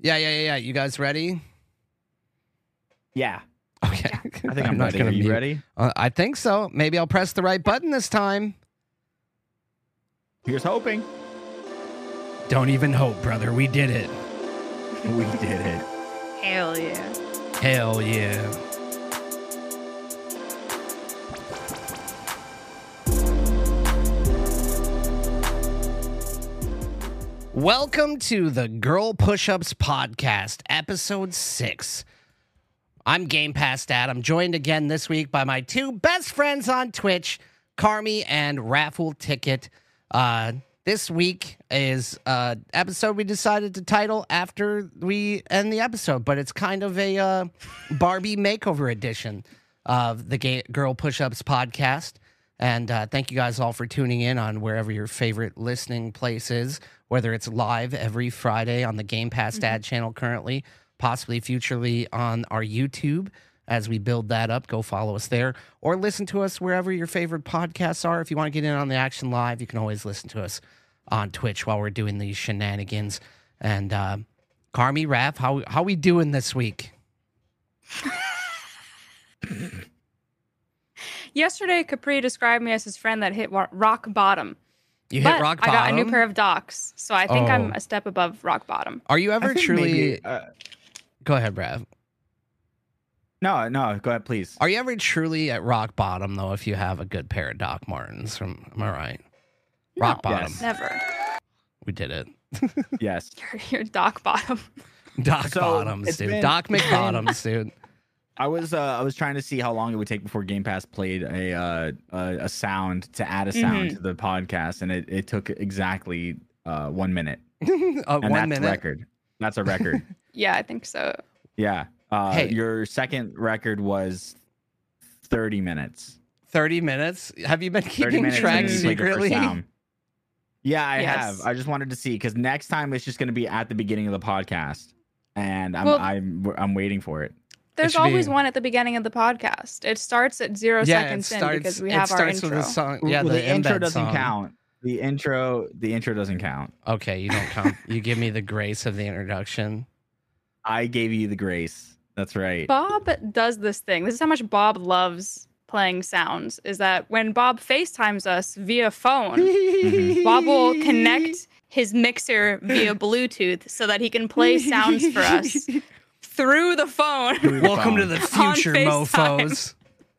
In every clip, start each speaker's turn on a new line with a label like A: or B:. A: Yeah, yeah, yeah, yeah. You guys ready?
B: Yeah.
A: Okay.
B: I think I'm,
A: not
B: ready.
A: gonna
B: Are you
A: mute.
B: ready?
A: Uh, I think so. Maybe I'll press the right button this time.
B: Here's hoping.
A: Don't even hope, brother. We did it.
B: We did it.
C: Hell yeah.
A: Hell yeah. Welcome to the Girl Push Ups Podcast, Episode 6. I'm Game Pass Dad. I'm joined again this week by my two best friends on Twitch, Carmi and Raffle Ticket. Uh, this week is uh episode we decided to title after we end the episode, but it's kind of a uh, Barbie makeover edition of the Gay Girl Push Ups podcast. And uh, thank you guys all for tuning in on wherever your favorite listening place is, whether it's live every Friday on the Game Pass
C: Mm-hmm.
A: Dad channel currently, possibly futurely on our YouTube as we build that up. Go follow us there or listen to us wherever your favorite podcasts are. If you want to get in on the action live, you can always listen to us on Twitch while we're doing these shenanigans. And uh, Carmi, Raph, how how we doing this week?
C: Yesterday, Capri described me as his friend that hit wa- rock bottom.
A: You
C: but
A: hit rock
C: I
A: bottom.
C: got a new pair of docs, so I think I'm
A: Oh.
C: a step above rock bottom.
A: Are you ever
B: I think
A: truly?
B: maybe, uh,
A: Go ahead, Raph.
B: no, no. Go ahead, please.
A: Are you ever truly at rock bottom though? If you have a good pair of Doc Martens, am, am I right? Rock
B: No.
A: bottom.
B: Yes.
C: Never.
A: We did it.
B: yes.
C: You're, you're dock bottom.
A: Doc
B: So,
A: bottoms,
B: it's
A: dude.
B: been-
A: Doc
B: it's been-
A: McBottoms, dude.
B: I was uh, I was trying to see how long it would take before Game Pass played a uh, a, a sound to add a sound to the podcast, and it, it took exactly uh, one minute,
A: uh,
B: and
A: one
B: that's
A: minute.
B: record. That's a record.
C: Yeah, I think so.
B: yeah. Uh,
A: Hey.
B: Your second record was thirty minutes.
A: 30 minutes. Have you been
B: Thirty
A: keeping
B: minutes.
A: track
B: and you played the first
A: secretly?
B: sound. Yeah, I
C: Yes.
B: have. I just wanted to see because next time it's just going to be at the beginning of the podcast, and I'm
C: Well-
B: I'm I'm waiting for it.
C: There's
A: should be-
C: always one at the beginning of the podcast. It starts at zero
A: yeah, it
C: seconds
A: starts,
C: in because we
A: it
C: have our
A: starts
C: intro.
A: with a song. Yeah,
B: Well,
A: the,
B: intro
A: embed
B: doesn't
A: song.
B: count. The intro, the intro doesn't count.
A: Okay, you don't count. you give me the grace of the introduction.
B: I gave you the grace. That's right.
C: Bob does this thing. This is how much Bob loves playing sounds. Is that when Bob FaceTimes us via phone, Bob will connect his mixer via Bluetooth so that he can play sounds for us through the phone.
B: Through
A: Welcome to
B: phone.
A: the future,
C: FaceTime.
A: mofos.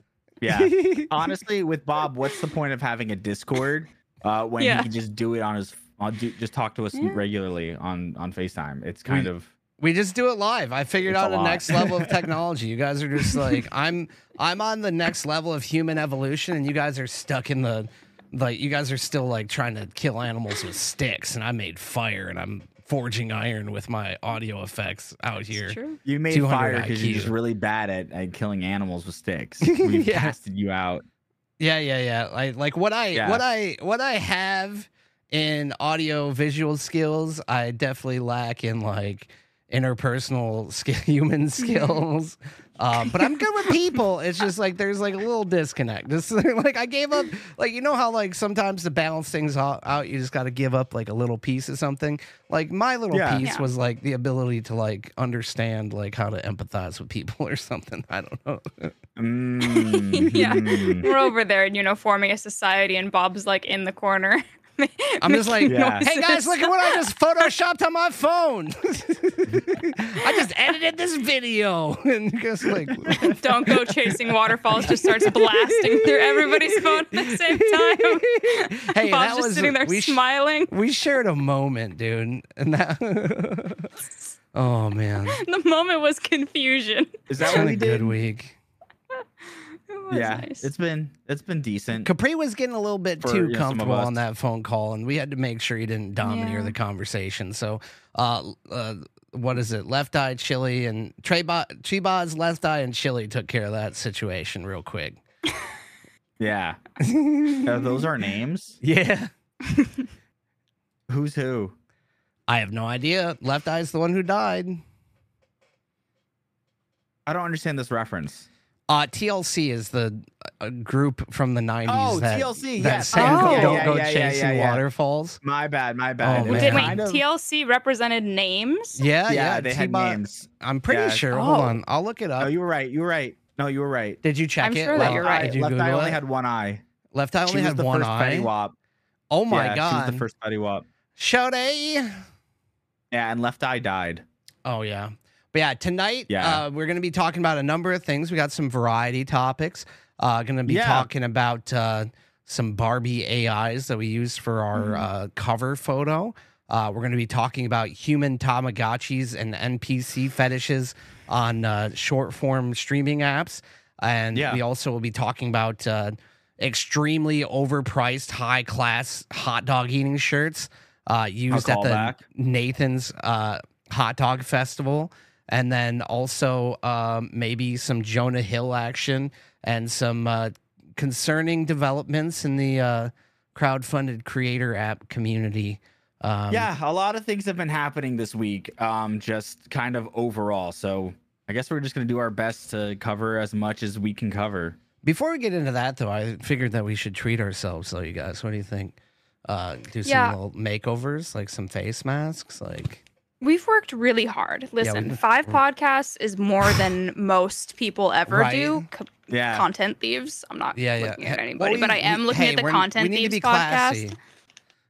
B: yeah. Honestly, with Bob, what's the point of having a Discord uh, when
C: Yeah.
B: he can just do it on his? On, do, just talk to us
C: Yeah.
B: regularly on on Facetime. It's kind
A: We-
B: of
A: We just do it live. I figured
B: It's a
A: out a
B: lot.
A: next level of technology. You guys are just like I'm. I'm on the next level of human evolution, and you guys are stuck in the like. You guys are still like trying to kill animals with sticks, and I made fire, and I'm forging iron with my audio effects out here.
C: It's true.
B: you made
A: 200
B: fire because you're just
A: IQ.
B: really bad at, at killing animals with sticks. We
A: Yeah.
B: casted you out.
A: Yeah, yeah, yeah. Like like what I
B: Yeah.
A: what I what I have in audio visual skills, I definitely lack in like interpersonal skill, human skills. Um, but I'm good with people. It's just like there's like a little disconnect. Just like I gave up. Like you know how like sometimes to balance things out, out you just got to give up like a little piece of something. Like my little
B: Yeah.
A: piece
C: Yeah.
A: was like the ability to like understand like how to empathize with people or something. I don't know.
B: Mm,
C: Yeah.
B: mm.
C: We're over there, you know, forming a society, and Bob's like in the corner.
A: I'm just like,
C: making
B: Yeah.
A: hey guys,
C: noises.
A: look at what I just photoshopped on my phone. I just edited this video. And just like,
C: Don't go chasing waterfalls. Just starts blasting through everybody's phone at the same time.
A: hey,
C: Bob's
A: that
C: just
A: was,
C: sitting there
A: we, sh-
C: smiling.
A: we shared a moment, dude. And that, oh man,
C: The moment was confusion.
B: Is
A: it's
B: that
A: been
B: what
A: a
B: we
A: good
B: did?
A: week.
C: It was
B: Yeah,
C: nice.
B: it's been it's been decent.
A: Capri was getting a little bit
B: For,
A: too
B: you know, some of
A: comfortable
B: us.
A: on that phone call, and we had to make sure he didn't domineer
C: Yeah.
A: the conversation. So, uh, uh, what is it? Left Eye Chili and Treba- Chiba's Left Eye and Chili took care of that situation real quick.
B: Yeah, Are those are names.
A: yeah,
B: Who's who?
A: I have no idea. Left Eye's the one who died.
B: I don't understand this reference.
A: Uh, TLC is the uh, group from the 90s
B: Oh,
A: that,
B: TLC,
A: that
B: yes.
A: sang
C: Oh.
A: Don't
B: Yeah,
A: Go
B: yeah, yeah,
A: Chasing
B: yeah, yeah.
A: Waterfalls.
B: My bad, my bad.
A: Oh,
B: It was
A: man.
C: Did, wait,
B: kind of-
C: TLC represented names?
A: Yeah, yeah,
B: yeah, they had
A: T-Bot.
B: names.
A: I'm pretty
B: Yes.
A: sure. Hold
C: Oh.
A: on. I'll look it up.
B: No, you were right. You were right. No, you were right.
A: Did you check
C: I'm
A: it?
C: sure that
A: Left
C: you're
A: Eye-
B: Eye-
C: right.
A: Did you
B: Left
A: Google
B: Eye only
A: it?
B: had one eye.
A: Left Eye only
B: she was
A: had
B: the
A: one
B: first Fetty
A: eye.
B: Wap.
A: Oh my
B: yeah, She was
A: god.
B: the first Fetty Wap.
A: Sade.
B: Yeah, and Left Eye died.
A: Oh yeah. But yeah, tonight
B: Yeah.
A: Uh, we're going to be talking about a number of things. We got some variety topics. Uh, going to be
B: Yeah.
A: talking about uh, some Barbie AIs that we use for our
B: Mm-hmm.
A: uh, cover photo. Uh, we're going to be talking about human Tamagotchis and NPC fetishes on uh, short form streaming apps. And
B: Yeah.
A: we also will be talking about uh, extremely overpriced, high class hot dog eating shirts uh, used at the
B: callback.
A: Nathan's uh, Hot Dog Festival, and then also um, maybe some Jonah Hill action and some uh, concerning developments in the uh, crowdfunded creator app community. Um,
B: yeah, a lot of things have been happening this week, um, just kind of overall. So I guess we're just gonna do our best to cover as much as we can cover.
A: Before we get into that, though, I figured that we should treat ourselves, though, you guys. What do you think? Uh, do some
C: Yeah.
A: little makeovers, like some face masks, like
C: We've worked really hard. Listen,
A: we-
C: five podcasts is more than most people ever
A: Right.
C: do. Co-
B: Yeah.
C: Content thieves. I'm not
A: yeah, yeah.
C: looking
A: Hey,
C: at
A: well,
C: anybody,
A: we-
C: but I am
A: we-
C: looking
A: hey,
C: at the
A: we're-
C: content
A: we need to
C: thieves
A: be
C: podcast.
A: classy.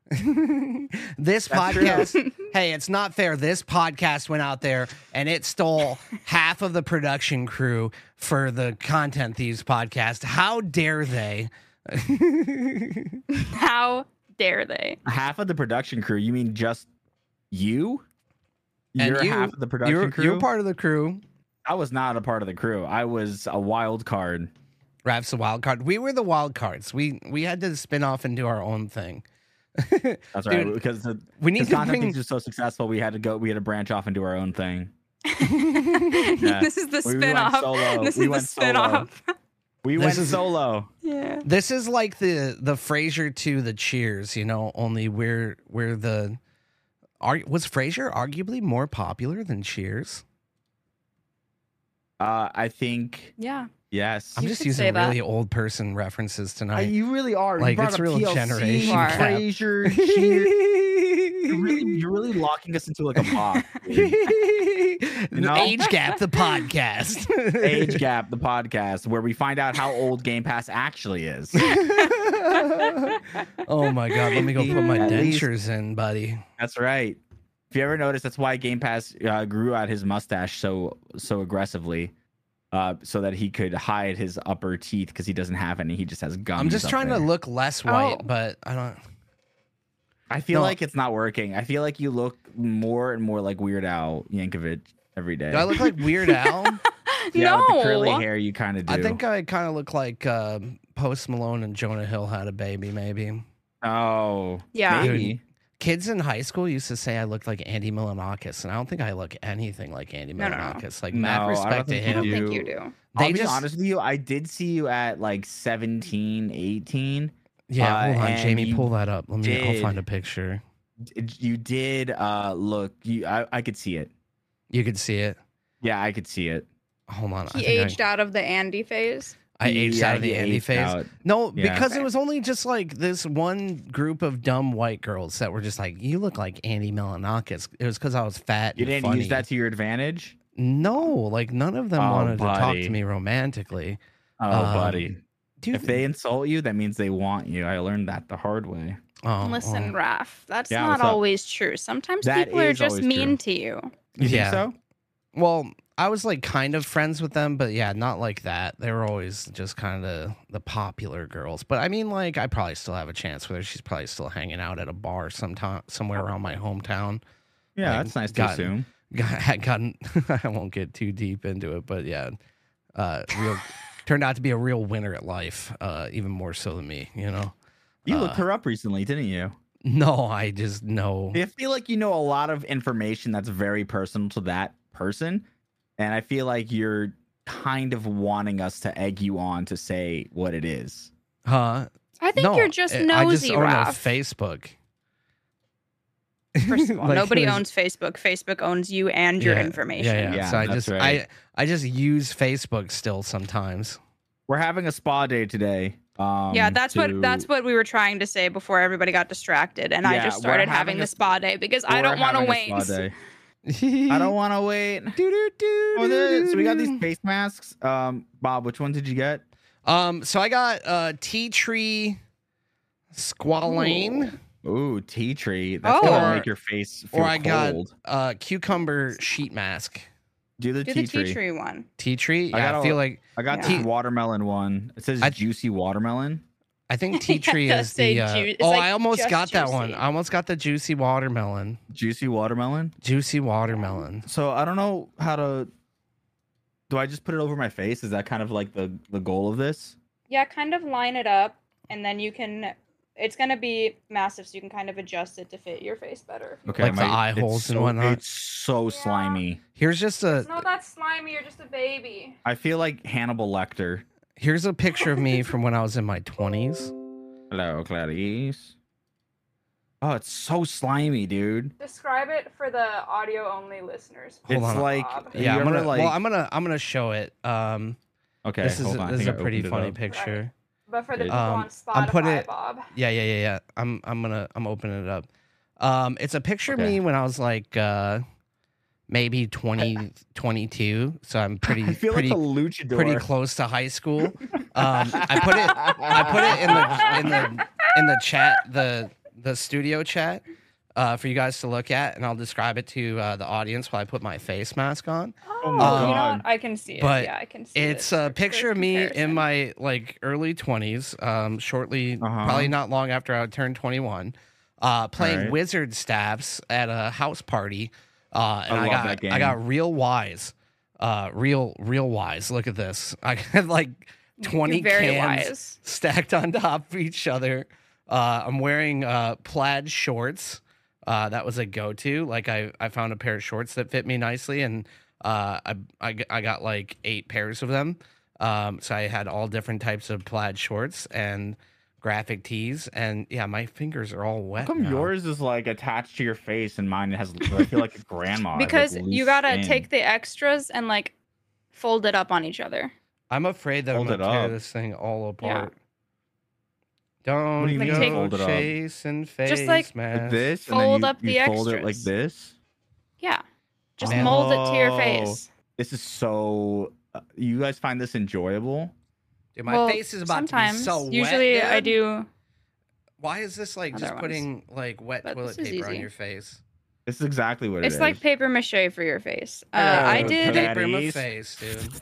A: this
B: That's true.
A: podcast, hey, it's not fair. This podcast went out there and it stole half of the production crew for the Content Thieves podcast. How dare they?
C: How dare they?
B: Half of the production crew. You mean just you?
A: And
B: You're
A: you-
B: half of the production
A: You're,
B: crew.
A: you're part of the crew.
B: I was not a part of the crew. I was a wild card.
A: Raph's the wild card. We were the wild cards. We we had to spin off and do our own thing.
B: That's right.
A: Dude,
B: because the,
A: we need
B: because
A: to
B: content
A: bring-
B: things was so successful, we had to go. We had to branch off and do our own thing.
C: This is the
B: We- we went
C: spin-off.
B: solo.
C: This
B: We
C: is the
B: went solo.
C: spin-off.
B: We
A: This
B: went
A: is-
B: solo.
C: Yeah.
A: This is like the the Frasier to the Cheers, you know. Only we're we're the are, was Frasier arguably more popular than Cheers.
B: Uh, I think
C: Yeah.
B: yes.
A: I'm
C: You
A: just
C: could say
A: using
C: that.
A: really old person references
B: Uh,
A: tonight.
B: you really are. You
A: Like,
B: brought
A: it's
B: up
A: real
B: TLC,
A: generation
C: gap.
B: Frasier, Cheers. You're really,
A: Age
B: you're really locking us into like a box. dude. know?
A: gap, the podcast.
B: Age gap, the podcast where we find out how old Game Pass actually is.
A: oh my god, let me go put my
B: At least-
A: dentures in, buddy.
B: That's right. If you ever notice, that's why Game Pass uh, grew out his mustache so so aggressively, uh, so that he could hide his upper teeth because he doesn't have any. He just has gums.
A: I'm just
B: up
A: trying to
B: there.
A: look less white,
C: Oh.
A: but I don't.
B: I feel
A: No.
B: like it's not working. I feel like you look more and more like Weird Al Yankovic every day.
A: Do I look like Weird Al?
B: yeah,
C: no.
B: with the curly hair you kind of do.
A: I think I kind of look like uh, Post Malone and Jonah Hill had a baby, maybe.
B: oh,
C: Yeah.
B: maybe.
A: Kids in high school used to say I looked like Andy Milanakis, and I don't think I look anything like Andy
C: No, no, no.
A: Milanakis. Like,
B: No, I
A: mad
B: don't
A: respect to
B: think
C: I
B: you
A: him.
C: don't think you
B: You-
C: do.
A: They
B: I'll be
A: just-
B: honest with you. I did see you at like 17, 18.
A: Yeah,
B: Uh,
A: hold on,
B: and
A: Jamie,
B: you
A: pull that up. Let me. I'll
B: did.
A: find a picture.
B: D- You did uh, look. You, I, I could see it.
A: You can see it.
B: Yeah, I could see it.
A: Hold on.
C: He
A: I think
C: aged out of the Andy phase.
A: I, I aged
B: Yeah,
A: out of the
B: he
A: Andy
B: aged
A: phase.
B: out.
A: No,
B: Yeah.
A: because it
C: Okay.
A: was only just like this one group of dumb white girls that were just like, "You look like Andy Milanakis." It was because I was fat.
B: You
A: and
B: didn't
A: funny.
B: use that to your advantage?
A: No, like none of them
B: Oh,
A: wanted to talk to
B: buddy.
A: me romantically.
B: Oh,
A: Um,
B: buddy.
A: Dude,
B: If they insult you, that means they want you. I learned that the hard way.
A: oh,
C: Listen,
A: oh.
C: Raph, that's
B: Yeah,
C: not
B: what's up?
C: always true. Sometimes
B: That
C: people are
B: is
C: just
B: always
C: mean
B: true.
C: to you.
B: You
A: Yeah.
B: think so?
A: well, I was like kind of friends with them, but yeah, not like that. They were always just kind of the popular girls. But I mean, like, I probably still have a chance with her. She's probably still hanging out at a bar sometime somewhere around my hometown.
B: Yeah,
A: Like,
B: that's nice to
A: got-
B: assume.
A: Got, I gotten, I won't get too deep into it, but yeah, uh, real turned out to be a real winner at life, uh, even more so than me. You know,
B: You looked
A: Uh,
B: her up recently, didn't you?
A: no, I just know.
B: I feel like you know a lot of information that's very personal to that person. And I feel like you're kind of wanting us to egg you on to say what it is.
A: Huh?
C: I think
A: no,
B: eh,
C: you're just
A: I- I
C: nosy,
A: just own a
C: Raph.
A: Facebook.
C: First of all,
A: Like,
C: nobody
A: there's-
C: owns Facebook. Facebook owns you and your
A: Yeah,
C: information.
A: Yeah, yeah.
B: Yeah,
A: so I
B: that's
A: just
B: right.
A: I I just use Facebook still sometimes.
B: We're having a spa day today. Um,
C: Yeah, that's
B: to-
C: what that's what we were trying to say before everybody got distracted, and I
B: Yeah,
C: just
B: we're
C: started
B: having
C: having,
B: a
C: the
B: s-
C: spa day because I
B: we're
C: don't want to
B: having a spa
C: wait.
B: day.
A: I
B: I don't want to wait.
A: do do do.
B: Oh, there it is. so we got these face masks. Um, Bob, which one did you get?
A: Um, so I got uh tea tree squalane,
B: Ooh, tea tree. That's
A: Oh.
B: gonna make your face feel
A: or I got
B: cold.
A: uh cucumber sheet mask.
B: Do the
C: Do
B: tea
C: the tea
B: tree.
C: tree one.
A: Tea tree. Yeah,
B: I
A: I,
B: got a-
A: feel like
B: I got
C: Yeah.
B: the watermelon one. It says
A: I-
B: juicy watermelon.
A: I think tea tree
C: does
A: is
C: say
A: the. Uh,
C: ju- it's
A: oh,
C: like
A: I almost
C: just
A: got that one.
C: juicy.
A: I almost got the juicy watermelon.
B: Juicy watermelon.
A: Juicy watermelon.
B: So I don't know how to. Do I just put it over my face? Is that kind of like the the goal of this?
C: Yeah, kind of line it up, and then you can. It's gonna be massive, so you can kind of adjust it to fit your face better. if you
A: Like the
C: want.
A: eye
B: it's
A: holes and
B: so-
A: whatnot.
B: It's so
C: Yeah.
B: slimy.
A: Here's just a
C: not that slimy. You're just a baby.
B: I feel like Hannibal Lecter.
A: here's a picture of me from when I was in my twenties.
B: Hello, Clarice. Oh, it's so slimy, dude.
C: Describe it for the audio only listeners.
A: Hold
B: it's
A: on.
B: like
C: Bob.
B: you
A: Yeah, I'm
B: ever,
A: gonna.
B: like
A: well, I'm gonna. I'm gonna show it. Um,
B: okay.
A: this is
B: hold
A: a,
B: on. I
A: this is a
B: think I
A: pretty
B: opened it
A: funny
B: up.
A: picture.
C: But for the
B: Um,
C: people on Spotify,
A: I'm putting it-
C: Bob.
A: Yeah, yeah, yeah, yeah. I'm I'm gonna I'm opening it up. Um, it's a picture of me
B: Okay.
A: when I was like uh, maybe 20, 22. So I'm pretty
B: I feel
A: pretty
B: like a luchador.
A: pretty close to high school. Um, I put it I put it in the in the in the chat the the studio chat uh, for you guys to look at, and I'll describe it to uh, the audience while I put my face mask on.
B: my
C: Oh, you know
B: God.
C: what? I can see it.
A: But
C: yeah, I can see it.
A: It's a picture of me in my like early 20s, um, shortly,
B: Uh-huh.
A: probably not long after I turned 21, uh, playing
B: Alright.
A: wizard staffs at a house party. Uh, and
B: I
A: I,
B: love
A: got
B: that game.
A: I got real wise, uh, real real wise. Look at this. I had like 20
C: very
A: cans
C: wise.
A: stacked on top of each other. Uh, I'm wearing uh, plaid shorts. Uh, that was a go-to. Like I, I found a pair of shorts that fit me nicely, and uh, I, I, g- I got like eight pairs of them. Um, so I had all different types of plaid shorts and graphic tees, and yeah, my fingers are all wet.
B: How come
A: now.
B: yours is like attached to your face and mine has? I feel like a grandma. has, like,
C: Because you
B: loose
C: gotta
B: skin.
C: take the extras and like fold it up on each other.
A: I'm afraid that
B: Fold
A: I'm
B: it
A: gonna tear
B: up.
A: this thing all apart. Don't
B: do you
C: mean
A: go
C: take-
B: fold it up?
A: chasing face
C: Just like-
B: like
A: masks.
B: this and then
C: Fold
B: you,
C: up
B: you
C: the
B: fold it like
C: extras.
B: this.
C: Yeah. Just
A: Man.
C: mold it to your
B: Oh.
C: face.
B: This is so. uh, you guys find this enjoyable?
A: Dude, my
C: Well,
A: face is about
C: sometimes.
A: to be so wet.
C: usually I
A: dude.
C: do
A: Why is this like
C: Other
A: just
C: ones.
A: putting like wet
C: But
A: toilet
C: this is
A: paper on
C: easy.
A: your face?
B: This is exactly what it
C: it's
B: is.
C: like paper mache for your face. Uh,
B: Hello,
C: I
B: Oh,
C: did
B: okay.
A: paper in my
B: Clarice.
A: face, dude.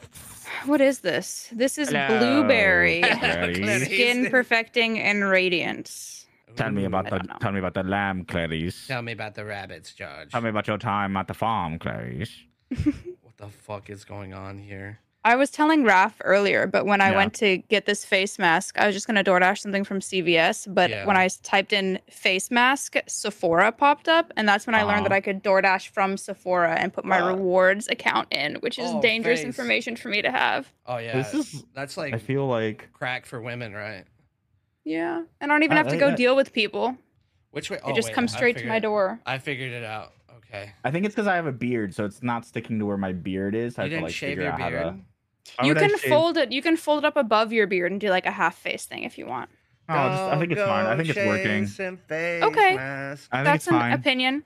C: what is this? This is
B: Hello,
C: blueberry
B: Clarice.
C: skin perfecting and radiance.
B: Tell me about
C: I
B: the
C: don't know.
B: tell me about the lamb, Clarice.
A: Tell me about the rabbits, George.
B: Tell me about your time at the farm, Clarice.
A: What the fuck is going on here?
C: I was telling Raph earlier, but when I
B: Yeah.
C: went to get this face mask, I was just gonna DoorDash something from CVS. But
A: Yeah.
C: when I s- typed in face mask, Sephora popped up, and that's when I
B: Uh-huh.
C: learned that I could DoorDash from Sephora and put my
B: Uh.
C: rewards account in, which is
A: Oh,
C: dangerous
A: face.
C: information for me to have.
A: Oh yeah,
B: This is-
A: that's
B: I
A: like
B: feel like
A: crack for women, right?
C: Yeah, and I don't even
B: Uh,
C: have to
B: uh,
C: go
B: uh,
C: deal with people.
A: Which way?
C: It
A: oh,
C: just
A: wait,
C: comes
A: I
C: straight to my
A: figured-
C: door.
A: I figured it out. Okay.
B: I think it's because I have a beard, so it's not sticking to where my beard is.
A: you
B: I have to
A: didn't
B: like
A: shave
B: figure
A: your
B: out
A: beard.
B: how to. Why
C: You
B: would I
C: can
B: shave-
C: fold it. You can fold it up above your beard and do like a half face thing if you want.
B: No, just, I think it's fine. I think it's working.
C: Okay.
B: I think it's
C: That's an
B: fine.
C: opinion.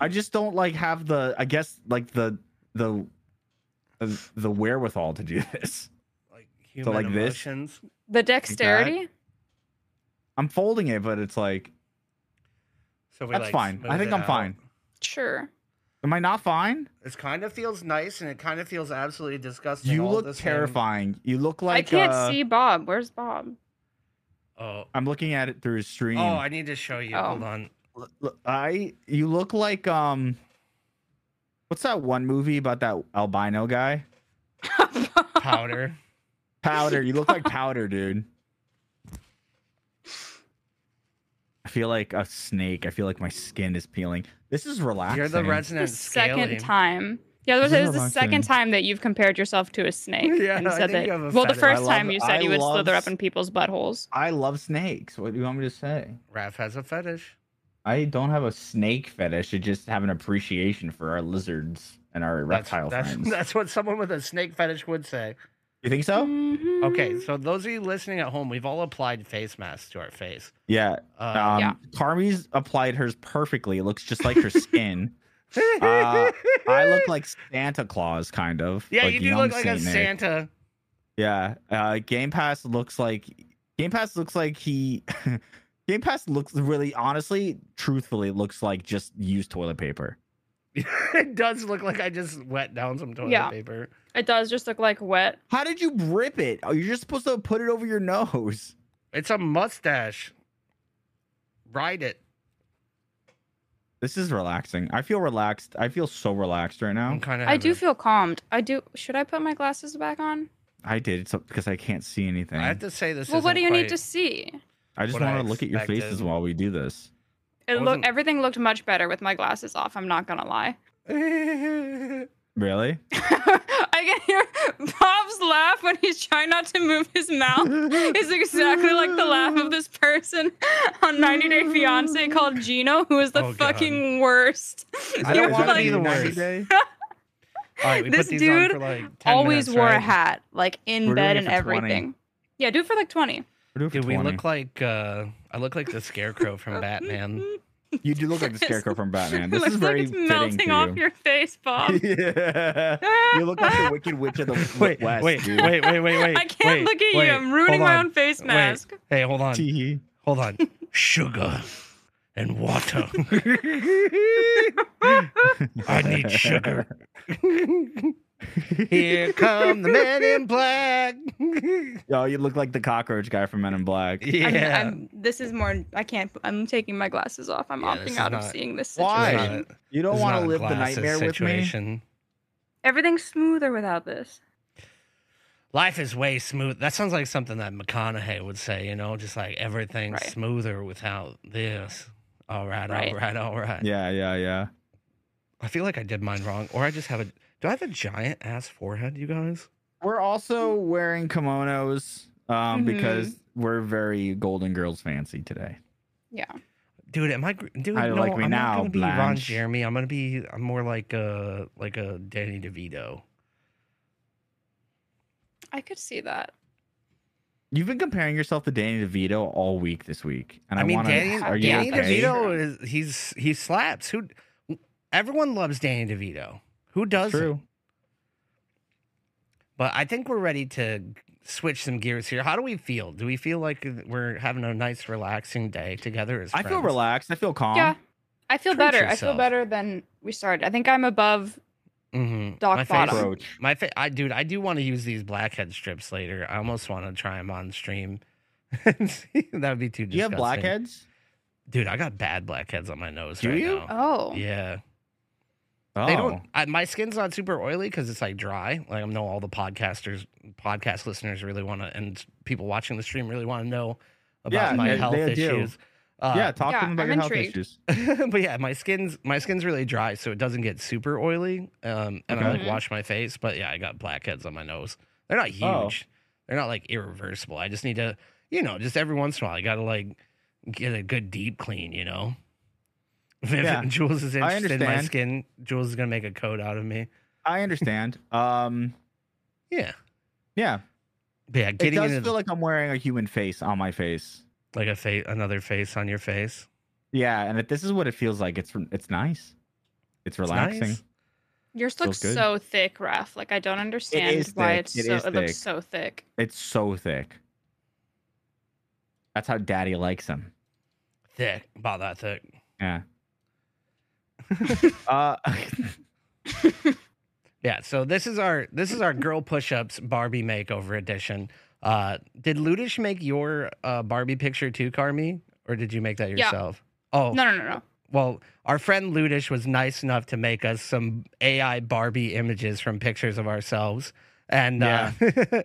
B: I just don't like have the. I guess like the the the, the wherewithal to do this.
A: Like human
B: like this?
A: emotions.
C: The dexterity.
B: I'm folding it, but it's like,
A: So we
B: That's
A: like
B: fine. I
A: smooth
B: think
A: it
B: I'm
A: out.
B: fine.
C: Sure.
B: am I not fine?
A: It kind of feels nice, and it kind of feels absolutely disgusting.
B: you
A: all at the
B: look
A: same-
B: terrifying. You look
C: I
B: like
C: can't
B: uh,
C: see Bob. Where's Bob?
A: Oh.
B: I'm looking at it through a stream.
A: Oh, I need to show you.
C: Oh.
A: Hold on.
B: L- l- I you look like um what's that one movie about that albino guy?
A: Powder.
B: Powder. You look like powder, dude. I feel like a snake. I feel like my skin is peeling. This is relaxing.
A: You're the
C: the
A: resident
C: second
A: scaling.
C: time. Yeah,
B: This
C: this is
B: is
C: the
B: relaxing.
C: second time that you've compared yourself to a snake.
A: Yeah,
C: and
A: I think
C: said that.
A: you have a
C: well, the
A: fetish.
C: first
B: I
C: time
B: love-
C: you said
B: I
C: you would
B: love
C: slither up
B: s-
C: in people's buttholes.
B: I love snakes. What do you want me to say?
A: Raph has a fetish.
B: I don't have a snake fetish. I just have an appreciation for our lizards and our
A: That's,
B: reptile
A: that's,
B: friends.
A: that's what someone with a snake fetish would say.
B: you think so?
C: Mhm.
A: Okay, so those of you listening at home, we've all applied face masks to our face.
B: Yeah.
A: Uh,
B: Um,
C: Yeah.
B: Carmi's applied hers perfectly. It looks just like her skin. uh, I look like Santa Claus, kind of.
A: yeah, you do
B: young
A: look like a
B: Saint Nick.
A: Santa.
B: Yeah. Uh, Game Pass looks like Game Pass looks like he. Game Pass looks really honestly, truthfully, looks like just used toilet paper.
A: it does look like I just wet down some toilet
C: Yeah.
A: paper.
C: It does just look like wet.
B: How did you rip it? Oh, you're just supposed to put it over your nose.
A: It's a mustache. Ride it.
B: This is relaxing. I feel relaxed. I feel so relaxed right now.
A: I'm kind of.
C: I do feel calmed. I do. Should I put my glasses back on?
B: I did so because I can't see anything.
A: I
B: I,
A: have to say this.
C: well, what
A: isn't
C: do you need
A: quite-
C: to see?
B: just
A: what I
B: want to look at your
A: expected.
B: faces while we do this.
C: It
A: wasn't-
C: looked everything looked much better with my glasses off. I'm not gonna lie.
B: Really?
C: I can hear Bob's laugh when he's trying not to move his mouth. It's exactly like the laugh of this person on 90 Day Fiance called Gino, who is the
A: Oh, God.
C: fucking worst.
A: I
C: You're
A: don't want to
C: like-
A: be the worst. All right, we
C: This
A: put these on
C: dude
A: for like 10 minutes,
C: always wore a
A: right?
C: hat, like in
B: We're doing
C: bed
B: it
C: and
B: for 20.
C: everything. Yeah, do it for like 20.
A: Dude, we look like uh, I look like the scarecrow from Batman.
B: you do look like the scarecrow from Batman. This
C: looks
B: is very
C: like it's
B: fitting
C: melting
B: to
C: off
B: you.
C: your face, Bob.
B: yeah. You look like the Wicked Witch of the
A: Wait,
B: West.
A: wait,
B: dude.
A: wait, wait, wait, wait.
C: I can't
A: wait,
C: look at
A: wait,
C: you. I'm ruining
A: hold
C: my
A: on.
C: own face
A: Wait.
C: mask.
A: Hey, hold on,
B: Teehee.
A: hold on. Sugar and water. I need sugar. Here come the men in black.
B: Yo, you look like the cockroach guy from Men in Black.
C: I'm-
A: yeah.
C: I'm, this is more. I can't. I'm taking my glasses off. I'm
A: Yeah, this
C: opting
A: is
C: out
A: not-
C: of seeing this
B: Why?
C: situation.
A: It's not-
B: You don't
A: it's
B: want
A: not
B: to
A: a
B: live the
A: glasses
B: nightmare with me.
A: situation.
C: Everything's smoother without this.
A: Life is way smooth. That sounds like something that McConaughey would say, you know, just like everything's
C: Right.
A: smoother without this. All right,
C: Right.
A: all right, all right.
B: Yeah, yeah, yeah.
A: I feel like I did mine wrong, or I just have a. Do I have a giant ass forehead, you guys?
B: We're also wearing kimonos um,
A: Mm-hmm.
B: because we're very Golden Girls fancy today.
C: Yeah.
A: Dude, am I? gr- Dude,
B: How do you
A: no,
B: like me
A: I'm
B: now,
A: not gonna be Ron
B: Blanche?
A: Jeremy. I'm gonna be. I'm more like a like a Danny DeVito.
C: I could see that.
B: You've been comparing yourself to Danny DeVito all week this week, and I,
A: I mean,
B: want to.
A: Danny,
B: Are you
A: Danny
B: okay?
A: DeVito is he's he slaps. Who? Everyone loves Danny DeVito. Who does?
B: True.
A: But I think we're ready to switch some gears here. How do we feel? Do we feel like we're having a nice, relaxing day together? As
B: I feel
A: friends?
B: relaxed. I feel calm.
C: Yeah. I feel
A: Treat
C: better. I
A: yourself.
C: feel better than we started. I think I'm above.
A: Mhm.
C: Doc
A: My face-
C: bottom.
B: Approach.
A: My fa- I dude, I do want to use these blackhead strips later. I almost want to try them on stream. that would be too.
B: Do you have
A: disgusting.
B: blackheads?
A: dude. I got bad blackheads on my nose.
B: Do
A: right
B: you?
A: Now.
C: Oh.
A: Yeah,
B: Oh,
A: they don't. I, my skin's not super oily because it's like dry. Like I know all the podcasters, podcast listeners really want to, and people watching the stream really want to know about
B: Yeah,
A: my
B: they-
A: health
B: they do.
A: issues. Uh,
B: yeah, talk to
C: Yeah,
B: them about
C: I'm
B: your health
C: intrigued.
B: issues.
A: but yeah, my skin's my skin's really dry, so it doesn't get super oily. Um, and I
B: Okay.
A: like wash my face, but yeah, I got blackheads on my nose. They're not huge.
B: Oh.
A: They're not like irreversible. I just need to, you know, just every once in a while, I gotta like get a good deep clean, you know. If
B: Yeah.
A: Jules is
B: I
A: interested in my
B: understand.
A: skin, Jules is gonna make a coat out of me.
B: I understand. um,
A: Yeah,
B: yeah,
A: but yeah,
B: it
A: getting
B: does
A: into
B: feel like I'm wearing a human face on my face.
A: like a face, another face on your face.
B: Yeah, and if this is what it feels like, it's it's nice.
A: It's
B: It's
A: nice.
B: relaxing.
C: Yours
B: Feels
C: looks
B: good.
C: so thick, Raph. Like I don't understand
B: is
C: why
B: thick.
C: it's
B: It
C: so.
B: is
C: It looks
B: thick.
C: so thick.
B: It's so thick. That's how daddy likes them.
A: Thick, about that thick.
B: Yeah. uh,
A: Yeah, so this is our this is our girl push-ups Barbie makeover edition. Uh did Ludish make your uh Barbie picture too, Carmi? Or did you make that
C: Yeah.
A: yourself? Oh,
C: No, no, no, no.
A: well, our friend Ludish was nice enough to make us some AI Barbie images from pictures of ourselves. And uh
B: I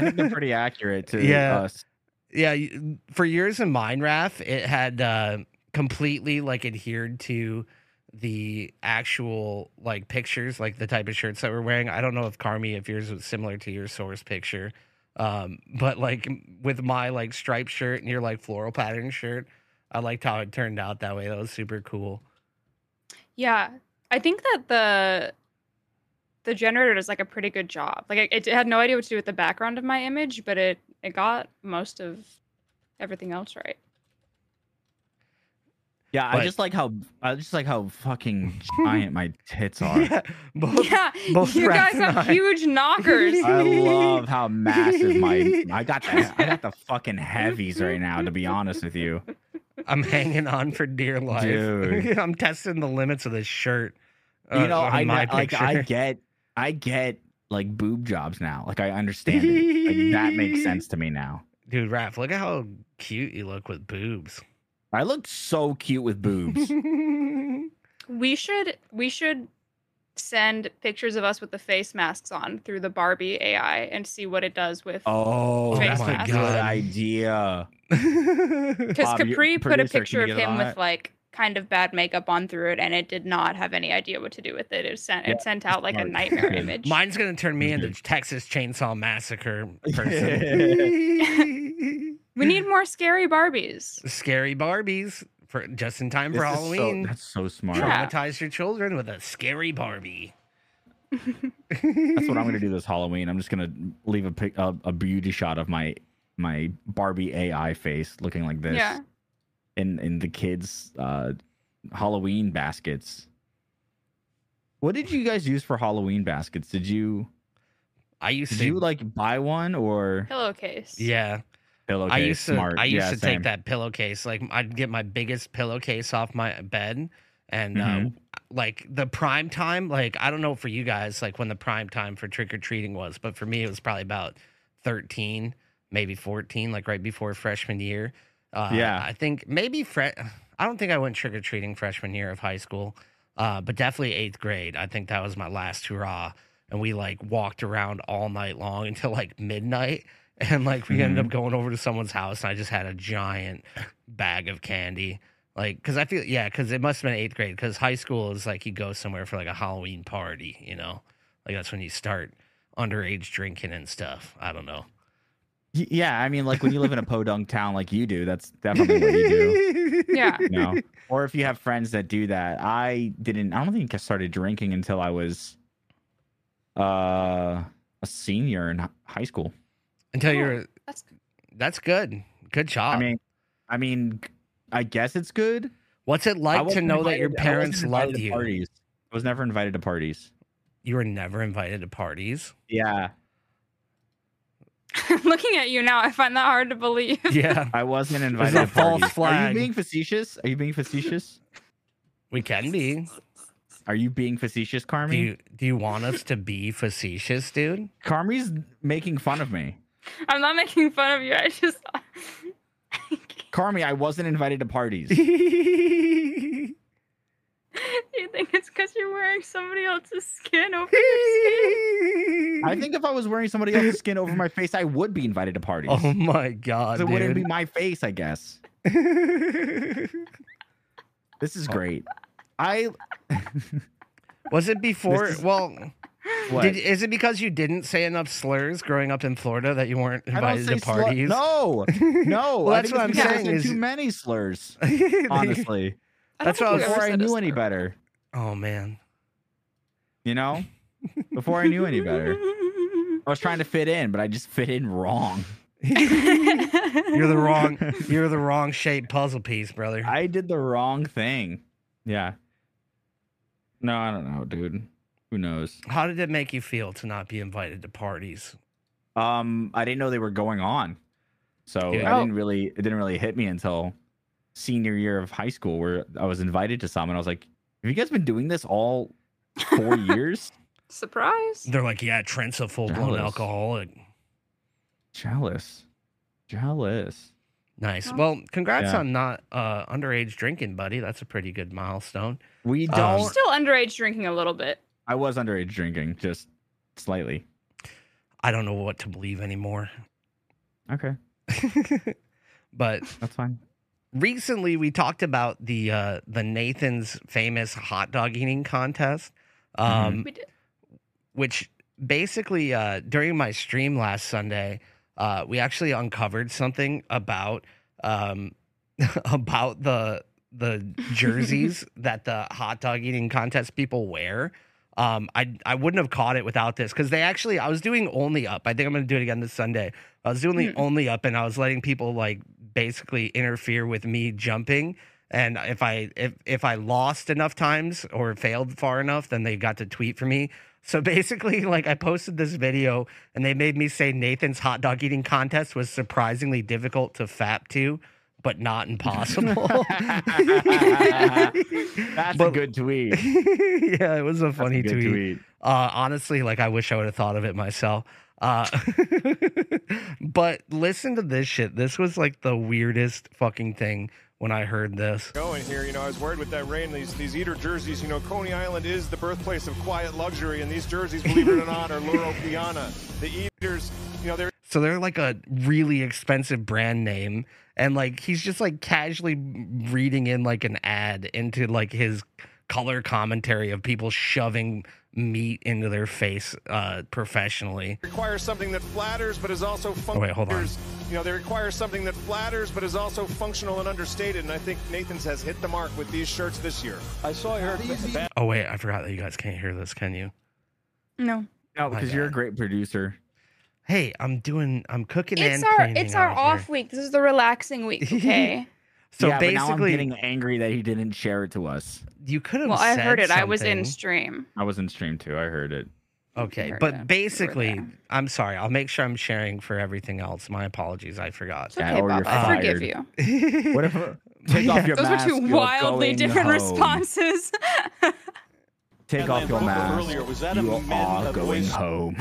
B: think they're pretty accurate to
A: Yeah.
B: us.
A: yeah, you- for years in mine, Raph, it had uh, completely like adhered to the actual like pictures, like the type of shirts that we're wearing. I don't know if Carmi, if yours was similar to your source picture, um, but like m- with my like striped shirt and your like floral pattern shirt, I liked how it turned out that way. That was super cool.
C: Yeah, I think that the the generator does like a pretty good job. Like it, it had no idea what to do with the background of my image, but it it got most of everything else right.
B: Yeah,
A: But-
B: I just like how I just like how fucking giant my tits are.
A: both-
C: yeah,
A: both
C: you
A: Rex
C: guys
A: and
C: have
A: I-
C: huge knockers.
B: I love how massive my I got the, I got the fucking heavies right now. To be honest with you,
A: I'm hanging on for dear life.
B: Dude.
A: I'm testing the limits of this shirt. uh,
B: you know
A: on
B: I
A: my
B: know- like I
A: picture.
B: get I get like boob jobs now. Like I understand it. Like, that makes sense to me now.
A: dude, Raph, look at how cute you look with boobs.
B: I look so cute with boobs.
C: We should we should send pictures of us with the face masks on through the Barbie AI and see what it does with.
B: Oh,
C: Face
B: that's a
C: mask.
B: good idea.
C: Because
B: Bob, your
C: Capri put a
B: producer, can
C: picture
B: you
C: of
B: get
C: him
B: on
C: with
B: it?
C: like kind of bad makeup on through it, and it did not have any idea what to do with it. It sent it
B: Yeah,
C: sent out like a
B: smart.
C: nightmare
B: Yeah.
C: image.
A: Mine's gonna turn me into Texas Chainsaw Massacre person.
C: we need more scary Barbies.
A: Scary Barbies for just in time
B: This
A: for
B: is so-
A: Halloween.
B: that's so smart.
C: Yeah.
A: Traumatize your children with a scary Barbie.
B: That's what I'm gonna do this Halloween. I'm just gonna leave a pic, a, a beauty shot of my my Barbie AI face looking like this.
C: Yeah.
B: In in the kids' uh, Halloween baskets. What did you guys use for Halloween baskets? Did you
A: I used
B: did
A: to.
B: you like buy one or
C: Pillowcase.
A: yeah.
B: pillowcase?
A: I used to
B: smart.
A: I used
B: Yeah,
A: to
B: same.
A: take that pillowcase. Like I'd get my biggest pillowcase off my bed and
B: Mhm.
A: uh, like the prime time, like I don't know for you guys like when the prime time for trick or treating was, but for me it was probably about 13, maybe 14, like right before freshman year. Uh,
B: Yeah.
A: I think maybe fre- I don't think I went trick or treating freshman year of high school, uh, but definitely eighth grade. I think that was my last hurrah. And we like walked around all night long until like midnight. And like we
B: Mm-hmm.
A: ended up going over to someone's house and I just had a giant bag of candy. Like, cause I feel, yeah, cause it must have been eighth grade. Cause high school is like you go somewhere for like a Halloween party, you know? Like that's when you start underage drinking and stuff. I don't know.
B: Y- Yeah, I mean, like when you live in a podunk town like you do, that's definitely what you do.
C: Yeah.
B: No. Or if you have friends that do that. I didn't I don't think I started drinking until I was uh a senior in hi- high school.
A: Until
C: Cool.
A: you're,
C: That's
A: that's good. Good job.
B: I mean I mean I guess it's good.
A: What's it
B: I
A: like to
B: wasn't
A: know that your
B: invited- I wasn't
A: parents
B: invited
A: loved
B: to
A: you?
B: Parties. I was never invited to parties.
A: You were never invited to parties.
B: Yeah.
C: looking at you now. I find that hard to believe.
A: Yeah,
B: I wasn't invited
A: a
B: to parties.
A: false
B: Are
A: flag.
B: you being facetious? Are you being facetious?
A: we can be.
B: Are you being facetious,
A: Do
B: Carmi?
A: you do you want us to be facetious, dude?
B: Carmi's making fun of me.
C: I'm not making fun of you. I just
B: Carmi, I wasn't invited to parties.
C: you think it's because you're wearing somebody else's skin over your skin.
B: I think if I was wearing somebody else's skin over my face, I would be invited to parties.
A: Oh my
B: 'Cause
A: god,
B: it wouldn't be
A: dude!
B: my face, I guess. This is
A: Oh.
B: great. I
A: Was it before?
B: is-
A: well,
B: what?
A: did, is it because you didn't say enough slurs growing up in Florida that you weren't
B: I don't
A: invited
B: say
A: to
B: slur-
A: parties?
B: no, no.
A: Well,
B: I
A: that's what
B: think it's
A: I'm
B: because I
A: saying
B: said
A: is-
B: too many slurs.
A: honestly.
B: Honestly,
C: I don't
A: That's
C: think
A: what I
C: you
A: was-
C: ever
B: before I
C: said a
B: knew any
C: slur.
B: better,
A: Oh man.
B: you know, before I knew any better, I was trying to fit in, but I just fit in wrong.
A: You're the wrong. You're the wrong shaped puzzle piece, brother.
B: I did the wrong thing. Yeah. No, I don't know, dude. Who knows?
A: How did it make you feel to not be invited to parties?
B: Um, I didn't know they were going on, so
A: Dude.
B: I
C: Oh.
B: didn't really it didn't really hit me until senior year of high school, where I was invited to some, and I was like, "Have you guys been doing this all four years?"
C: Surprise.
A: They're like, yeah, Trent's a full blown
B: Jealous.
A: alcoholic.
B: Jealous, jealous.
A: Nice.
C: Oh.
A: Well, congrats
B: Yeah.
A: on not uh, underage drinking, buddy. That's a pretty good milestone.
B: We
A: Um,
B: don't.
C: Still underage drinking a little bit.
B: I was underage drinking, just slightly.
A: I don't know what to believe anymore.
B: Okay,
A: but
B: that's fine.
A: recently we talked about the uh, the Nathan's famous hot dog eating contest. Um,
B: Mhm.
C: We did.
A: which basically uh, during my stream last Sunday, uh, we actually uncovered something about um, about the the jerseys that the hot dog eating contest people wear. Um, I I wouldn't have caught it without this because they actually I was doing only up. I think I'm gonna do it again this Sunday. I was doing the
C: Hmm.
A: only up and I was letting people like basically interfere with me jumping. And if I if if I lost enough times or failed far enough, then they got to tweet for me. So basically, like I posted this video and they made me say Nathan's hot dog eating contest was surprisingly difficult to fap to, but not impossible.
B: That's a
A: But-
B: good tweet. That's
A: yeah, it was a
B: a
A: funny
B: good
A: tweet. Uh, honestly, like I wish I would have thought of it myself. Uh, but listen to this shit. This was like the weirdest fucking thing when I heard this.
D: going here. You know, I was worried with that rain. These these eater jerseys. You know, Coney Island is the birthplace of quiet luxury, and these jerseys, believe it or not, are Loro Piana. The eaters. You know, they're
A: So they're like a really expensive brand name, and like he's just like casually reading in like an ad into like his color commentary of people shoving meat into their face uh, professionally.
D: require something that flatters, but is also
A: Oh,
D: functional.
A: wait, hold on.
D: You know, they require something that flatters, but is also functional and understated. And I think Nathan's has hit the mark with these shirts this year. I saw her.
A: Oh wait, I forgot that you guys can't hear this, can you?
C: No.
A: My
B: No, because you're a
A: God.
B: great producer.
A: Hey, I'm doing, I'm cooking
C: It's
A: and
C: our
A: cleaning
C: it's our
A: out here.
C: off week. This is the relaxing week, okay?
A: So
B: yeah, but now I'm
A: basically,
B: getting angry that he didn't share it to us.
A: you could have.
C: well, I heard it.
A: said
C: I was in
A: something.
C: stream.
B: I was in stream too. I heard it.
A: Okay,
C: heard
A: but
C: it. We were
A: basically,
C: there.
A: I'm sorry. I'll make sure I'm sharing for everything else. My apologies. I forgot.
C: It's
B: Yeah,
C: okay,
B: or
C: Bob.
B: you're
C: I forgive
B: fired.
C: you.
B: What if uh, take off your
C: Those were
B: mask?
C: two
B: you're
C: wildly
B: going
C: different
B: home.
C: responses.
B: Take off your mask.
D: Earlier, was that a
B: you
D: men
B: are
D: of
B: going
D: waste?
B: home.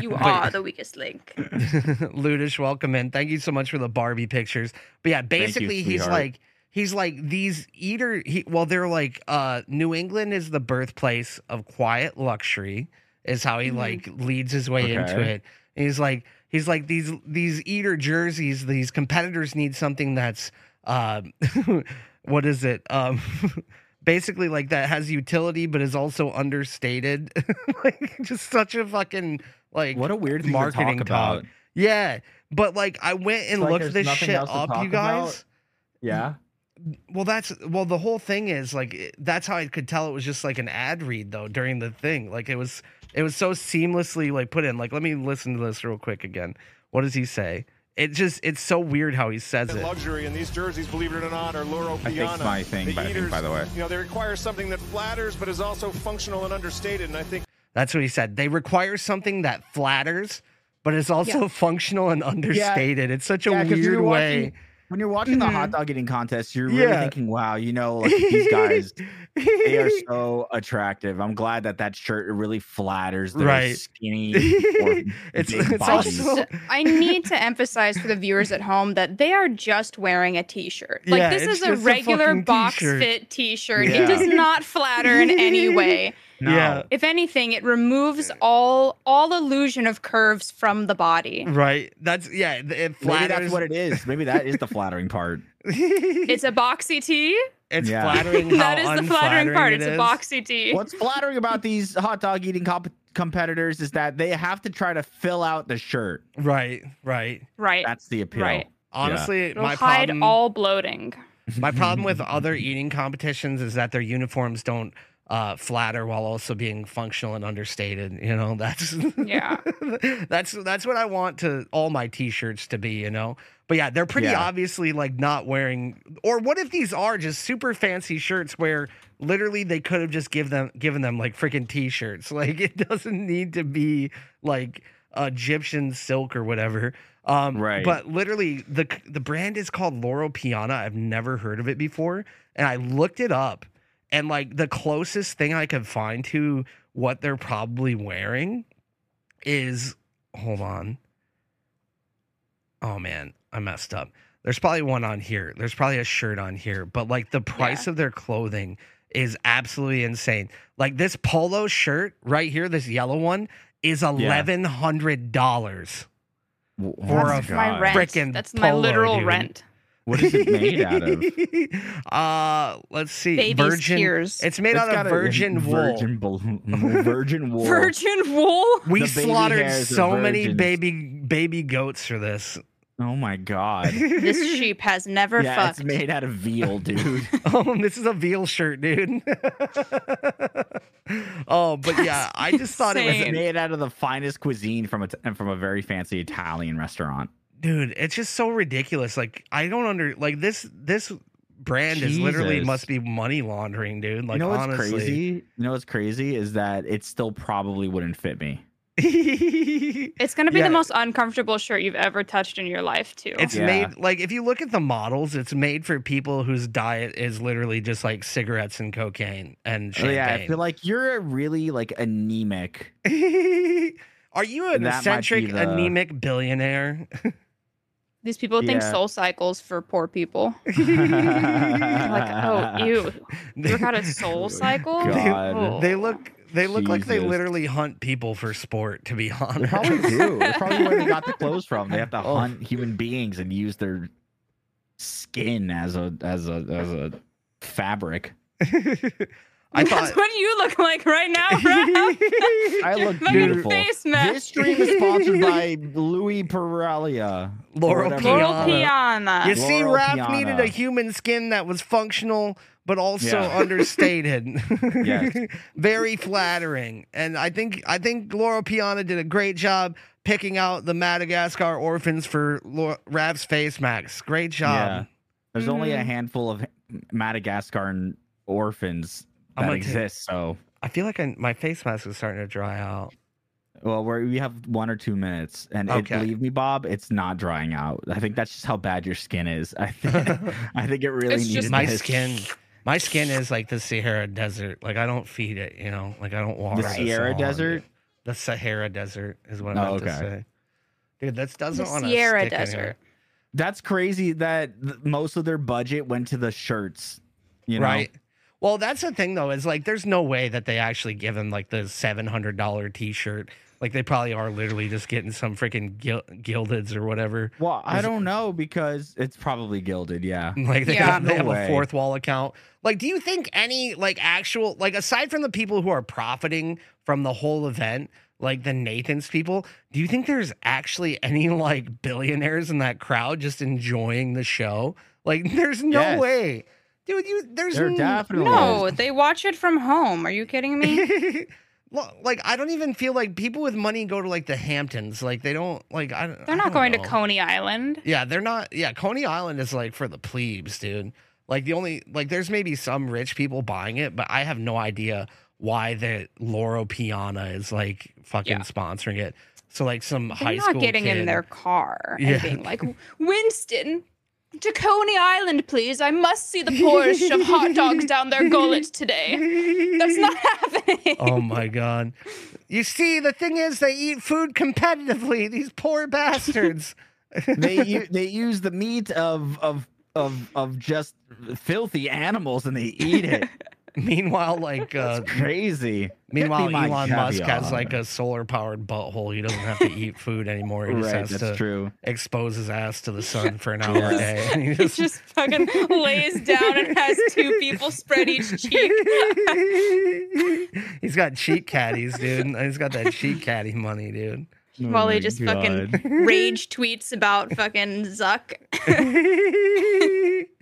C: you are the weakest link.
A: Ludish, welcome in. Thank you so much for the Barbie pictures. But yeah,
B: you,
A: basically he's
B: sweetheart.
A: like he's like these eater he well they're like uh New England is the birthplace of quiet luxury is how he
C: Mhm.
A: like leads his way into
B: Mm-hmm. Okay.
A: it. And he's like he's like these these eater jerseys, these competitors need something that's um what is it? Um basically like that has utility but is also understated. like just such a fucking like
B: what a weird thing
A: marketing
B: to talk
A: talk.
B: about.
A: yeah, but like I went and
B: like
A: looked
B: there's
A: this
B: nothing
A: shit
B: else to
A: up,
B: talk
A: you guys.
B: Yeah.
A: Well, that's well the whole thing is like it- that's how I could tell it was just like an ad read though during the thing. Like it was it was so seamlessly like put in. Like let me listen to this real quick again. What does he say? It just it's so weird how he says it.
D: luxury, and these jerseys, believe it or not, are Loro
B: I think it's
D: Piana.
B: my thing,
D: The
B: but I think, by
D: eaters,
B: the way.
D: You know, they require something that flatters, but is also functional and understated. And I think
A: That's what he said. They require something that flatters, but is also functional and understated. it's such a
B: Yeah, 'cause
A: weird
B: you're
A: way. Mm.
B: watching- When you're watching the hot
C: Mhm.
B: dog eating contest, you're really
A: Yeah.
B: thinking, wow, you know, like these guys, they are so attractive. I'm glad that that shirt really flatters their
A: Right.
B: skinny. or
A: it's
B: big
A: it's
C: I
B: bodies.
A: also
C: just I need to emphasize for the viewers at home that they are just wearing a t-shirt. Like
A: Yeah,
C: this
A: it's
C: is a
A: just a
C: regular
A: fucking
C: box
A: t-shirt.
C: fit t-shirt.
B: Yeah.
C: It does not flatter in any way.
A: Yeah.
C: If anything, it removes all all illusion of curves from the body.
A: right. That's yeah. It it
B: Maybe
A: flatters.
B: that's what it is. Maybe that is the flattering part.
C: It's a boxy tee.
A: It's
B: Yeah.
A: flattering. How
C: That is the flattering part.
A: unflattering
C: It's
A: it
C: a
A: is.
C: boxy tee.
B: What's flattering about these hot dog eating comp- competitors is that they have to try to fill out the shirt.
A: Right, right.
C: Right.
B: That's the appeal.
C: Right.
A: Honestly,
C: It'll
A: my
C: hide
A: problem.
C: all bloating.
A: my problem with other eating competitions is that their uniforms don't uh, flatter while also being functional and understated. You know, that's
C: Yeah.
A: that's that's what I want to all my t-shirts to be. You know, but yeah, they're pretty
B: Yeah.
A: obviously like not wearing. Or what if these are just super fancy shirts where literally they could have just give them given them like freaking t-shirts. Like it doesn't need to be like Egyptian silk or whatever. Um,
B: Right.
A: But literally, the the brand is called Loro Piana. I've never heard of it before, and I looked it up, and like the closest thing I could find to what they're probably wearing is hold on. Oh man, I messed up. There's probably one on here. There's probably a shirt on here, but like the price of their clothing is absolutely insane. Like this polo shirt right here, this yellow one, is eleven hundred dollars.
B: W-
A: For
B: oh
A: a-
B: my
C: That's my
B: God.
C: rent.
A: Frickin'
C: That's my
A: polo,
C: literal
A: dude.
C: rent.
B: What is it made out of?
A: of? Uh, let's see.
C: Baby's
A: virgin.
C: tears.
A: It's made
B: It's
A: out
B: got
A: of
B: a-
A: virgin wool.
B: Virgin, bul- virgin wool.
C: Virgin wool.
A: We
B: The baby
A: slaughtered
B: hairs of
A: so many
B: virgins.
A: baby baby goats for this.
B: Oh my god.
C: This sheep has never
B: yeah,
C: fucked.
B: it's made out of veal, dude.
A: Oh, this is a veal shirt, dude. oh, but yeah, I just thought it was
C: Insane.
B: it's made out of the finest cuisine from a t- from a very fancy Italian restaurant.
A: dude it's just so ridiculous like i don't under like this this brand is literally
B: Jesus.
A: must be money laundering dude like
B: you know what's
A: honestly
B: crazy? You know what's crazy is that it still probably wouldn't fit me.
C: It's gonna be
A: Yeah.
C: the most uncomfortable shirt you've ever touched in your life, too.
A: it's
B: Yeah.
A: made like if you look at the models it's made for people whose diet is literally just like cigarettes and cocaine and
B: So
A: champagne
B: Oh, yeah, I feel like you're a really like anemic.
A: are you an
B: That might be
A: eccentric
B: the-
A: anemic billionaire
C: These people think
B: Yeah.
C: soul cycles for poor people. like, oh, ew, you got a soul cycle?
B: God.
C: Oh.
A: they look they look like they
B: Jesus.
A: literally hunt people for sport to be
B: They
A: honest
B: probably do. That's probably where they got the clothes from. They have to
A: Oh.
B: hunt human beings and use their skin as a as a as a fabric.
A: i
C: That's
A: thought
C: what you look like right now, Raph.
B: I look
C: Fucking
B: beautiful.
C: face mask.
B: This stream is sponsored by Louis Paralia. or
A: Laurel
B: whatever.
A: Piana.
C: Laurel Piana.
A: You
B: Yes.
A: see,
B: Laurel
A: Raph
B: Piana.
A: needed a human skin that was functional but also
B: Yeah.
A: understated.
B: Yes.
A: Very flattering. And I think I think Laura Piana did a great job picking out the Madagascar orphans for Lau- Raph's face max. Great job.
B: There's only a
A: Mm-hmm.
C: Mhm.
B: handful of Madagascar orphans
A: I'm
B: that
A: gonna take-
B: exist. So,
A: I feel like I, my face mask is starting to dry out.
B: well, we're, we have one or two minutes, and it,
A: Okay.
B: believe me, Bob, it's not drying out. I think that's just how bad your skin is. I think I think it really
C: It's
B: needed
C: just-
A: My
B: this.
A: skin my skin is like the Sahara Desert. Like I don't feed it, you know. Like I don't water
B: The
A: it, so
B: Sierra
A: on.
B: Desert.
A: The Sahara Desert is what
B: Oh,
A: I meant to
B: okay.
A: say. Dude, that doesn't
C: The
A: want to
C: Sierra
A: stick in
C: Desert.
A: here.
B: That's crazy that th- most of their budget went to the shirts. You know,
A: right. Well, that's the thing though, is like there's no way that they actually give him like the seven hundred dollar t shirt. Like they probably are literally just getting some freaking gil- gildeds or whatever.
B: Well, I
A: Is it-
B: don't know because it's probably gilded. Yeah.
A: Like they,
C: Yeah.
A: have, they
B: No
A: have a
B: way.
A: fourth wall account. Like, do you think any like actual like aside from the people who are profiting from the whole event, like the Nathan's people, do you think there's actually any like billionaires in that crowd just enjoying the show? Like, there's no
B: Yes.
A: way, dude. You there's
B: There
A: n-
B: definitely
C: No, they watch it from home. Are you kidding me?
A: Lo- like I don't even feel like people with money go to like the Hamptons. Like they don't like I.
C: They're not going
A: Oh.
C: to Coney Island.
A: Yeah, they're not. Yeah, Coney Island is like for the plebes, dude. Like the only like there's maybe some rich people buying it, but I have no idea why the Loro Piana is like fucking
C: Yeah.
A: sponsoring it. So like some high
C: They're
A: school
C: not getting
A: kid,
C: in their car
A: Yeah.
C: and being like, Winston, to Coney Island, please. I must see the poorest shove hot dogs down their gullets today. That's not happening.
A: Oh my god! You see, the thing is, they eat food competitively. These poor bastards.
B: they u- they use the meat of of of of just filthy animals and they eat it.
A: meanwhile, like uh,
B: That's crazy. Get
A: Meanwhile,
B: me my
A: Elon Musk
B: caviar.
A: has like a solar powered butthole. He doesn't have to eat food anymore. He
B: right.
A: just has
B: That's
A: to
B: true.
A: expose his ass to the sun for an hour a
B: Yeah.
A: day. And he
C: He
A: just-
C: just fucking lays down and has two people spread each cheek.
A: he's got cheat caddies, dude. He's got that cheat caddy money, dude.
C: While
A: Oh
C: he just fucking rage tweets about fucking Zuck.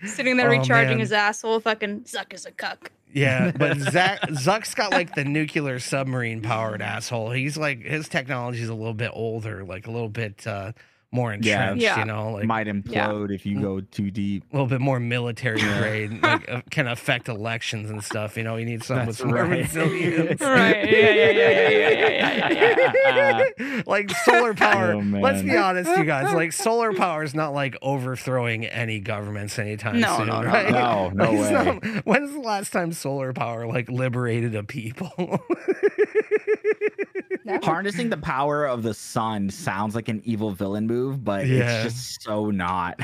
C: Sitting there
A: Oh,
C: recharging
A: man.
C: his asshole, fucking Zuck is a cuck.
A: Yeah, but Zach Zuck's got like the nuclear submarine powered asshole. He's like his technology's a little bit older, like a little bit uh, more entrenched.
C: Yeah.
A: You know, like
B: might implode if you go too deep.
A: a little bit more military grade, like uh, can affect elections and stuff. You know, you need something
B: That's
A: with more
B: right.
A: resilience.
C: Right. Yeah, yeah, yeah, yeah, yeah, yeah, yeah, yeah.
A: like solar power.
B: Oh,
A: Let's be
B: man.
A: honest, you guys. Like solar power is not like overthrowing any governments anytime
C: No,
A: soon.
C: no, no,
A: right?
B: no. No, no
A: It's
B: way.
A: not- when's the last time solar power like liberated a people?
B: Harnessing the power of the sun sounds like an evil villain move, but
A: Yeah.
B: it's just so not.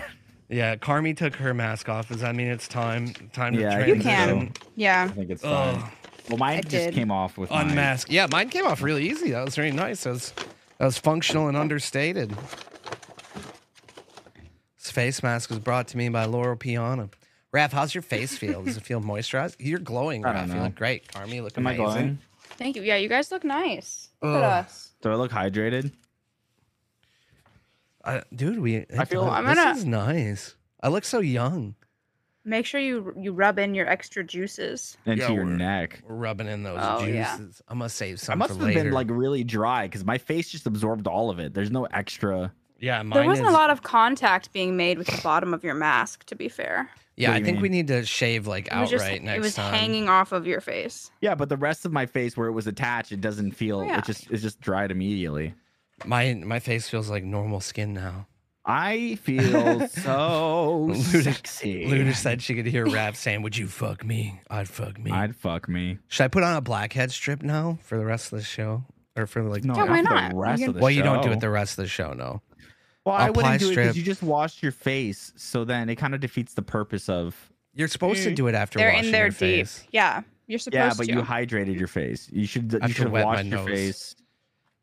A: yeah, Carmi took her mask off. Does that mean it's time? Time to
B: Yeah, I
A: transition.
B: think
C: You can.
B: I
C: Yeah.
B: think it's
A: Ugh.
B: fine. Well, mine
C: I
B: just
C: did.
B: came off with mine.
A: Unmask. Yeah, mine came off really easy. That was very nice. That was, that was functional and understated. This face mask was brought to me by Laurel Piana. Raph, how's your face feel? Does it feel moisturized? You're glowing,
B: I don't
A: Raph. You
B: know.
A: look great. Carmi, you look
B: Am I
A: amazing.
B: glowing?
C: Thank you. Yeah, you guys look nice. Look
A: Ugh.
C: at us.
B: Do I look hydrated?
A: I, dude, we. uh,
D: I feel-
A: this
C: I'm gonna-
A: is nice. I look so young.
C: Make sure you you rub in your extra juices.
B: into
A: Yeah,
B: your
A: we're-
B: neck.
A: We're rubbing in those
C: Oh,
A: juices.
C: yeah.
A: I'm gonna save some
B: I must
A: for
B: have
A: later.
B: been like really dry because my face just absorbed all of it. There's no extra.
A: yeah, mine
C: There wasn't
A: is-
C: a lot of contact being made with the bottom of your mask, to be fair.
A: Yeah,
B: What do
A: I
B: you
A: think we
B: mean?
A: need to shave like
C: It was
A: outright
C: just
A: next
C: it was
A: time.
C: hanging off of your face.
B: Yeah, but the rest of my face where it was attached, it doesn't feel.
C: Oh, yeah.
B: It just it's just dried immediately.
A: My my face feels like normal skin now.
B: I feel so
A: Luda-
B: sexy.
A: Luna said she could hear Rav saying, "Would you fuck me? I'd fuck me."
B: I'd fuck me.
A: Should I put on a blackhead strip now for the rest of the show, or for like?
C: Yeah, why
B: after
C: not?
B: The
C: You
B: rest
C: can-
B: of the
A: well, you don't do it
B: show.
A: the rest of the show, no.
B: Well, I
A: Apply
B: wouldn't do it
A: strip.
B: because you just washed your face, so then it kind of defeats the purpose of.
A: You're supposed to
C: Mm.
A: do it after
C: They're
A: washing
C: in there
A: your
C: deep.
A: face.
C: Yeah, you're supposed
B: yeah, but
C: to.
B: you hydrated your face. You should.
A: have
B: You
A: to
B: should have
A: wet my
B: washed your
A: nose.
B: face,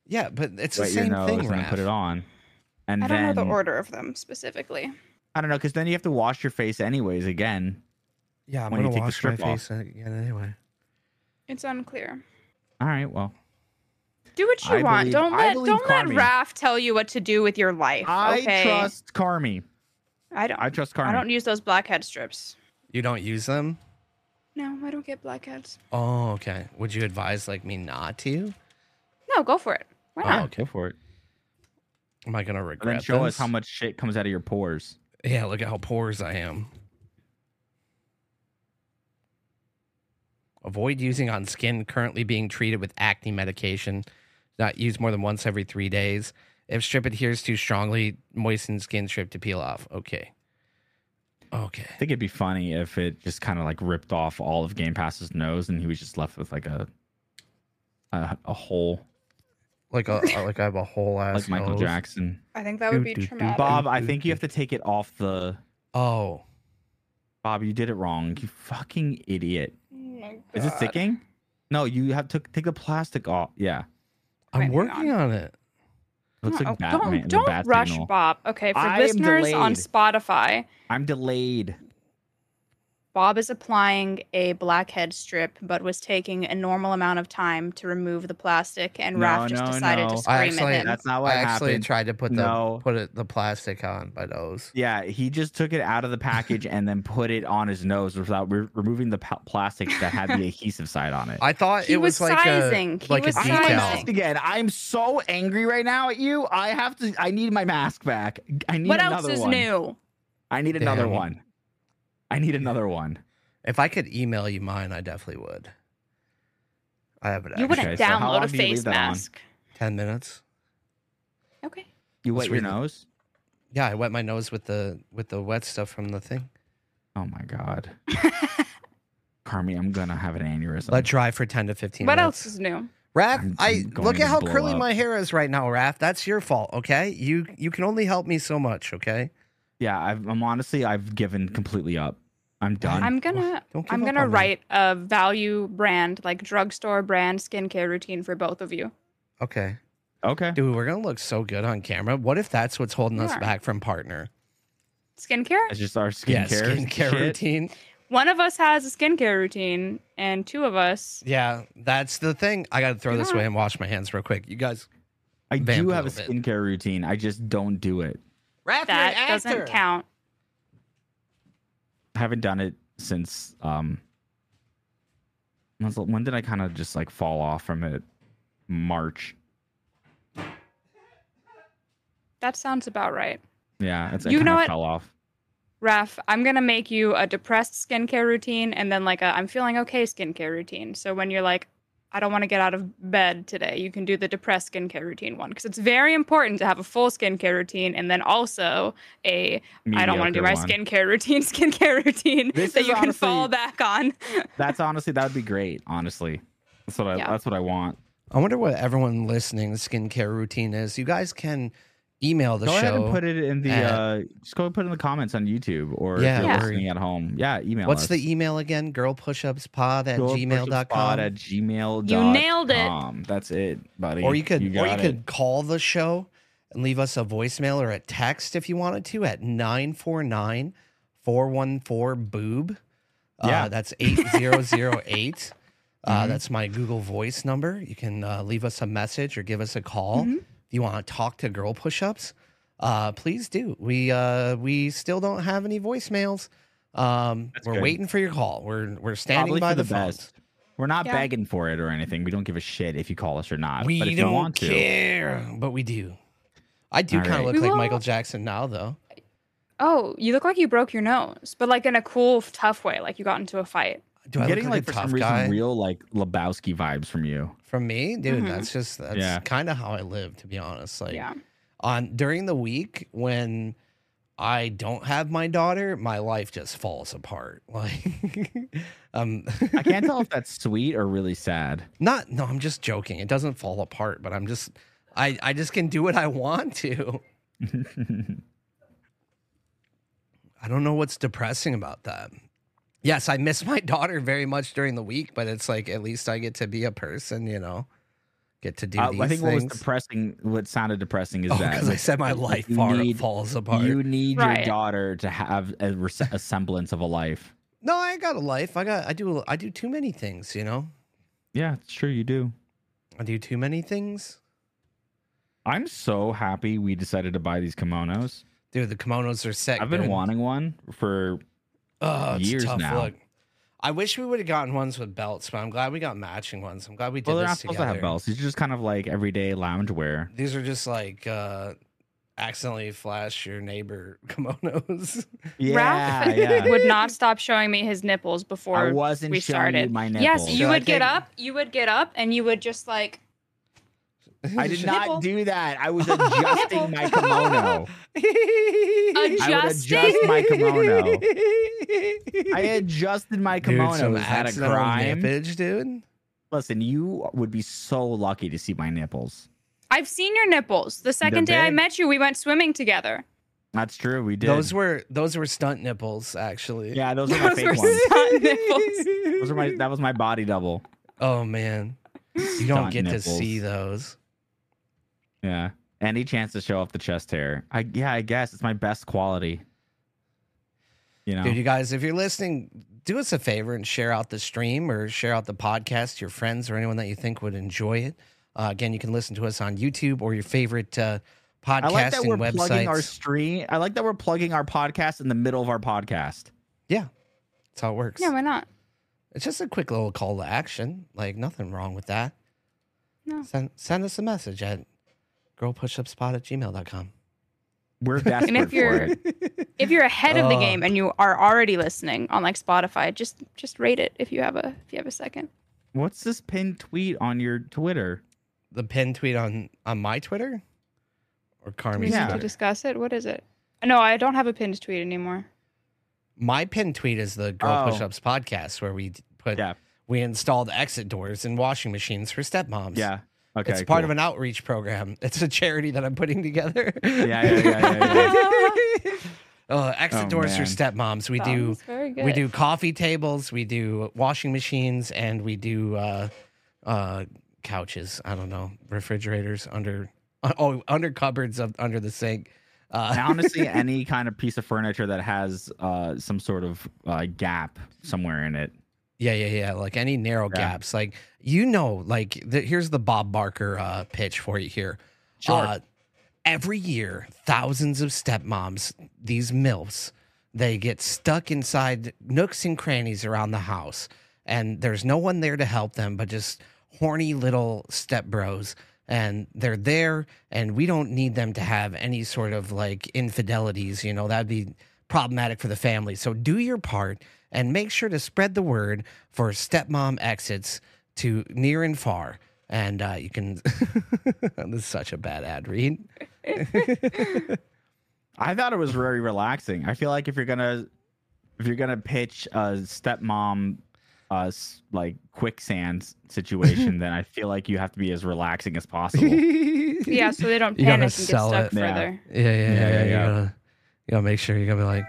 A: Yeah, but it's the
B: wet your
A: same
B: nose,
A: thing,
B: and then
A: Raph.
B: put it on. And
C: I don't know
B: then
C: the order of them specifically.
B: I don't know because then you have to wash your face anyways again.
A: Yeah, I'm
B: when you
A: gonna
B: take the
A: wash my
B: strip off.
A: face again anyway.
C: It's unclear.
B: All right, well,
C: Do what you
B: I
C: want.
B: believe-
C: don't
B: I
C: let
B: believe
C: don't let
B: Carmi.
C: Raph tell you what to do with your life.
B: I
C: okay.
B: trust Carmi.
C: I don't.
B: I trust Carmi.
C: I don't use those blackhead strips.
A: You don't use them?
C: No, I don't get blackheads.
A: Oh, okay. Would you advise like me not to?
C: No, go for it. Why
A: Oh,
C: not?
A: okay.
B: Go for it.
A: Am I gonna
B: And
A: regret
B: then show
A: this?
B: us how much shit comes out of your pores.
A: Yeah, look at how pores I am. Avoid using on skin currently being treated with acne medication. Not use more than once every three days. If strip adheres too strongly, moisten skin strip to peel off. Okay. Okay.
B: I think it'd be funny if it just kind of like ripped off all of Game Pass's nose and he was just left with like a a, a hole,
A: Like a like I have a whole ass.
B: like Michael
A: nose.
B: Jackson.
C: I think that would be
A: Doo, doo, doo.
C: traumatic.
B: Bob, I think you have to take it off the.
A: Oh.
B: Bob, you did it wrong. You fucking idiot.
C: Oh my
B: Is it
C: God.
B: sticking? No, you have to take the plastic off. Yeah,
A: I'm
C: Wait, hang
A: working on it.
B: looks
C: Oh,
B: like Batman. the
C: don't don't
B: bat
C: rush,
B: signal.
C: Bob. Okay, for
B: I am
C: listeners on
B: delayed.
C: Spotify,
B: I'm delayed.
C: Bob is applying a blackhead strip, but was taking a normal amount of time to remove the plastic, and
B: No,
C: Raph just
B: no, no.
C: decided to
A: I
C: scream
A: actually-
C: at him.
B: That's not what
A: I actually
B: happened.
A: tried to put the
B: No.
A: put it, the plastic on my nose.
B: Yeah, he just took it out of the package and then put it on his nose without re- removing the pa- plastic that had the adhesive side on it.
A: I thought
C: He
A: it was,
C: was
A: like
C: sizing.
A: a
C: He
A: like
C: was
A: a
B: I need
A: decal.
B: my
C: sizing.
B: mask again. I'm so angry right now at you. I have to. I need my mask back. I need
C: What else
B: another
C: is
B: one.
C: new?
B: I need another
A: Damn.
B: one. I need another one.
A: If I could email you mine, I definitely would. I have it.
C: You
A: actually.
C: wouldn't
B: Okay, so how
C: download
B: long
C: a
B: do you leave
C: face
B: that on?
C: mask.
A: Ten minutes.
C: Okay.
B: You
A: Let's
B: wet your
A: read it.
B: nose?
A: Yeah, I wet my nose with the with the wet stuff from the thing.
B: Oh my god, Carmi, I'm gonna have an aneurysm.
A: Let dry for ten to fifteen.
C: What
A: minutes.
C: else is new?
A: Raph?
B: I'm-
A: I
B: I'm going
A: look
B: to
A: at how
B: blow
A: curly
B: up.
A: my hair is right now, Raph. That's your fault. Okay, you you can only help me so much. Okay,
B: yeah, I've, I'm honestly, I've given completely up. I'm done.
C: I'm gonna
A: don't give
C: I'm
A: up
C: gonna
A: on me.
C: write a value brand, like drugstore brand skincare routine for both of you.
A: okay,
B: okay.
A: dude, we're gonna look so good on camera. What if that's what's holding
C: You
A: us
C: are.
A: back from partner?
C: Skincare?
B: It's just our
A: yeah,
B: skincare.
A: skincare
B: shit.
A: routine.
C: One of us has a skincare routine, and two of us
A: Yeah, that's the thing. I gotta throw this
C: Yeah.
A: away and wash my hands real quick. You guys,
B: I
A: vamp
B: do
A: a
B: have a
A: little bit.
B: skincare routine. I just don't do it.
A: Raph,
C: that doesn't count.
B: I haven't done it since um when was- when did I kind of just like fall off from it? March.
C: That sounds about right.
B: Yeah, that's
C: You
B: I
C: know
B: kinda
C: what?
B: fell off.
C: Raph, I'm gonna make you a depressed skincare routine and then like a I'm feeling okay skincare routine. So when you're like, I don't want to get out of bed today, you can do the depressed skincare routine one because it's very important to have a full skincare routine and then also a I don't want to do
B: Mediocre
C: my
B: one.
C: skincare routine skincare routine
B: This
C: that
B: is
C: you can fall
B: honestly-
C: back on.
B: That's honestly that would be great. Honestly, that's what I
C: Yeah.
B: that's what I want.
A: I wonder what everyone listening's skincare routine is. You guys can email the
B: go
A: show.
B: ahead and put it in the
A: at-
B: uh just go and put it in the comments on YouTube or
A: Yeah,
B: if you're
C: Yeah.
B: listening at home. Yeah, email
A: What's
B: us.
A: the email again? Girlpushupspod at
B: Go to
A: gmail.com.
B: pushupspod at gmail.
C: You nailed it.
B: That's it, buddy.
A: or you could or you
B: got it.
A: could call the show and leave us a voicemail or a text if you wanted to at 949 414 boob.
B: Yeah.
A: Uh, that's 8008. Uh,
B: Mhm.
A: that's my Google Voice
B: Mm-hmm.
A: number. You can uh, leave us a message or give us a call if you want to talk to girl push ups. uh, please do. We uh, we still don't have any voicemails. Um,
B: That's
A: we're
B: good.
A: waiting for your call. We're we're standing
B: Probably
A: by
B: for
A: the,
B: the
A: phones.
B: best. We're not
C: Yeah.
B: begging for it or anything. We don't give a shit if you call us or not.
A: We
B: but if
A: don't
B: you want to,
A: care, but we do. I do
B: All
A: kind of
B: right.
A: look
C: We
A: like
C: will-
A: Michael Jackson now, though.
C: Oh, you look like you broke your nose, but like in a cool, tough way, like you got into a fight.
A: Do
B: I'm
A: I
B: getting
A: look like,
B: like, for
A: a tough
B: some reason
A: guy
B: real like Lebowski vibes from you.
A: from me, dude?
C: Mhm.
A: That's just that's
B: Yeah.
A: kind of how I live, to be honest. Like
C: yeah.
A: on during the week when I don't have my daughter, my life just falls apart. Like, um,
B: I can't tell if that's sweet or really sad.
A: not no, I'm just joking. It doesn't fall apart, but I'm just, I I just can do what I want to. I don't know what's depressing about that. Yes, I miss my daughter very much during the week, but it's like at least I get to be a person, you know, get to do
B: Uh,
A: these
B: I think what was
A: things.
B: depressing, what sounded depressing, is
A: oh,
B: that
A: because I said my
B: like,
A: life
B: you
A: far
B: need-
A: falls apart.
B: you need your
C: Right.
B: daughter to have a, res- a semblance of a life.
A: No, I got a life. I got I do I do too many things, you know.
B: Yeah, sure you do.
A: I do too many things.
B: I'm so happy we decided to buy these kimonos.
A: Dude, the kimonos are sick.
B: I've been
A: dude.
B: wanting one for
A: Ugh, Oh, it's a
B: years
A: tough
B: now.
A: look. I wish we would have gotten ones with belts, but I'm glad we got matching ones. I'm glad we did
B: well, they're not
A: this
B: supposed
A: together.
B: to have belts. These are just kind of like everyday loungewear.
A: These are just like uh accidentally flash your neighbor kimonos.
C: Ralph
B: yeah.
C: would not stop showing me his nipples before
B: I wasn't
C: we
B: showing
C: started.
B: you my nipples.
C: Yes,
A: So
C: you
A: I
C: would get
A: think-
C: up. You would get up, and you would just like
B: I did
C: Nipple.
B: not do that. I was adjusting my kimono.
A: I
B: I would adjust
C: Adjusting?
B: my kimono. I adjusted my
A: Dude,
B: kimono.
A: some
B: Is that a
A: accidental
B: crime?
A: nippage, dude.
B: Listen, you would be so lucky to see my nipples.
C: I've seen your nipples. The second day I
B: big.
C: met you, we went swimming together.
B: That's true. We did.
A: Those were those were stunt nipples, actually.
B: yeah, those are my
C: those
B: fake
C: were
B: ones.
C: stunt nipples.
B: Those are my. That was my body double.
A: Oh man, you don't
B: Stunt
A: get to
B: nipples.
A: see those.
B: Yeah. Any chance to show off the chest hair? I yeah, I guess it's my best quality. You know.
A: Dude, you guys, if you're listening, do us a favor and share out the stream or share out the podcast to your friends or anyone that you think would enjoy it. Uh, again, you can listen to us on YouTube or your favorite uh, podcasting
B: I like that we're plugging
A: websites.
B: our stream. I like that we're plugging our podcast in the middle of our podcast.
A: That's how it works.
C: Yeah, why not?
A: it's just a quick little call to action. Like nothing wrong with that.
C: No.
A: Send send us a message at girlpushupspot at gmail.com.
B: We're desperate
C: if
B: for
C: you're-
B: it.
C: If you're ahead of the
A: Ugh.
C: game and you are already listening on like Spotify, just just rate it if you have a if you have a second.
B: What's this pinned tweet on your Twitter?
A: The pin tweet on on my Twitter or
C: Do
A: Carmi's
C: we
B: Yeah.
C: need to
A: Twitter?
C: discuss it? What is it? No, I don't have a pinned tweet anymore.
A: My pin tweet is the Girl
B: Oh.
A: Push Ups podcast where we d- put
B: Yeah.
A: we installed exit doors and washing machines for stepmoms.
B: Yeah. Okay.
A: it's part
B: cool.
A: of an outreach program. It's a charity that I'm putting together.
B: Yeah, yeah, yeah, yeah, yeah.
A: Uh, exit
B: Oh,
A: doors for
B: man.
A: stepmoms. We
C: Oh,
A: do
C: that's very
A: we
C: good.
A: do coffee tables, we do washing machines, and we do uh, uh, couches. I don't know, refrigerators under oh under cupboards of under the sink. Uh,
B: Honestly, any kind of piece of furniture that has uh, some sort of uh, gap somewhere in it.
A: Yeah, yeah, yeah. Like any narrow
B: Yeah.
A: gaps. Like you know, like the, here's the Bob Barker uh, pitch for you here.
B: Sure.
A: Uh, every year, thousands of stepmoms, these milfs, they get stuck inside nooks and crannies around the house, and there's no one there to help them but just horny little step bros. And they're there, and we don't need them to have any sort of like infidelities. You know, that'd be problematic for the family. So do your part and make sure to spread the word for stepmom exits to near and far. And uh, you can. this is such a bad ad read.
B: I thought it was very relaxing. I feel like if you're gonna if you're gonna pitch a stepmom uh s- like quicksand situation, then I feel like you have to be as relaxing as possible. yeah,
C: yeah, so they don't
A: You gotta
C: panic and get
A: sell
C: stuck
B: it. Yeah.
C: further.
A: Yeah, yeah, yeah.
B: Yeah, yeah,
A: You,
B: yeah.
A: gotta, you gotta make sure you're gonna be like,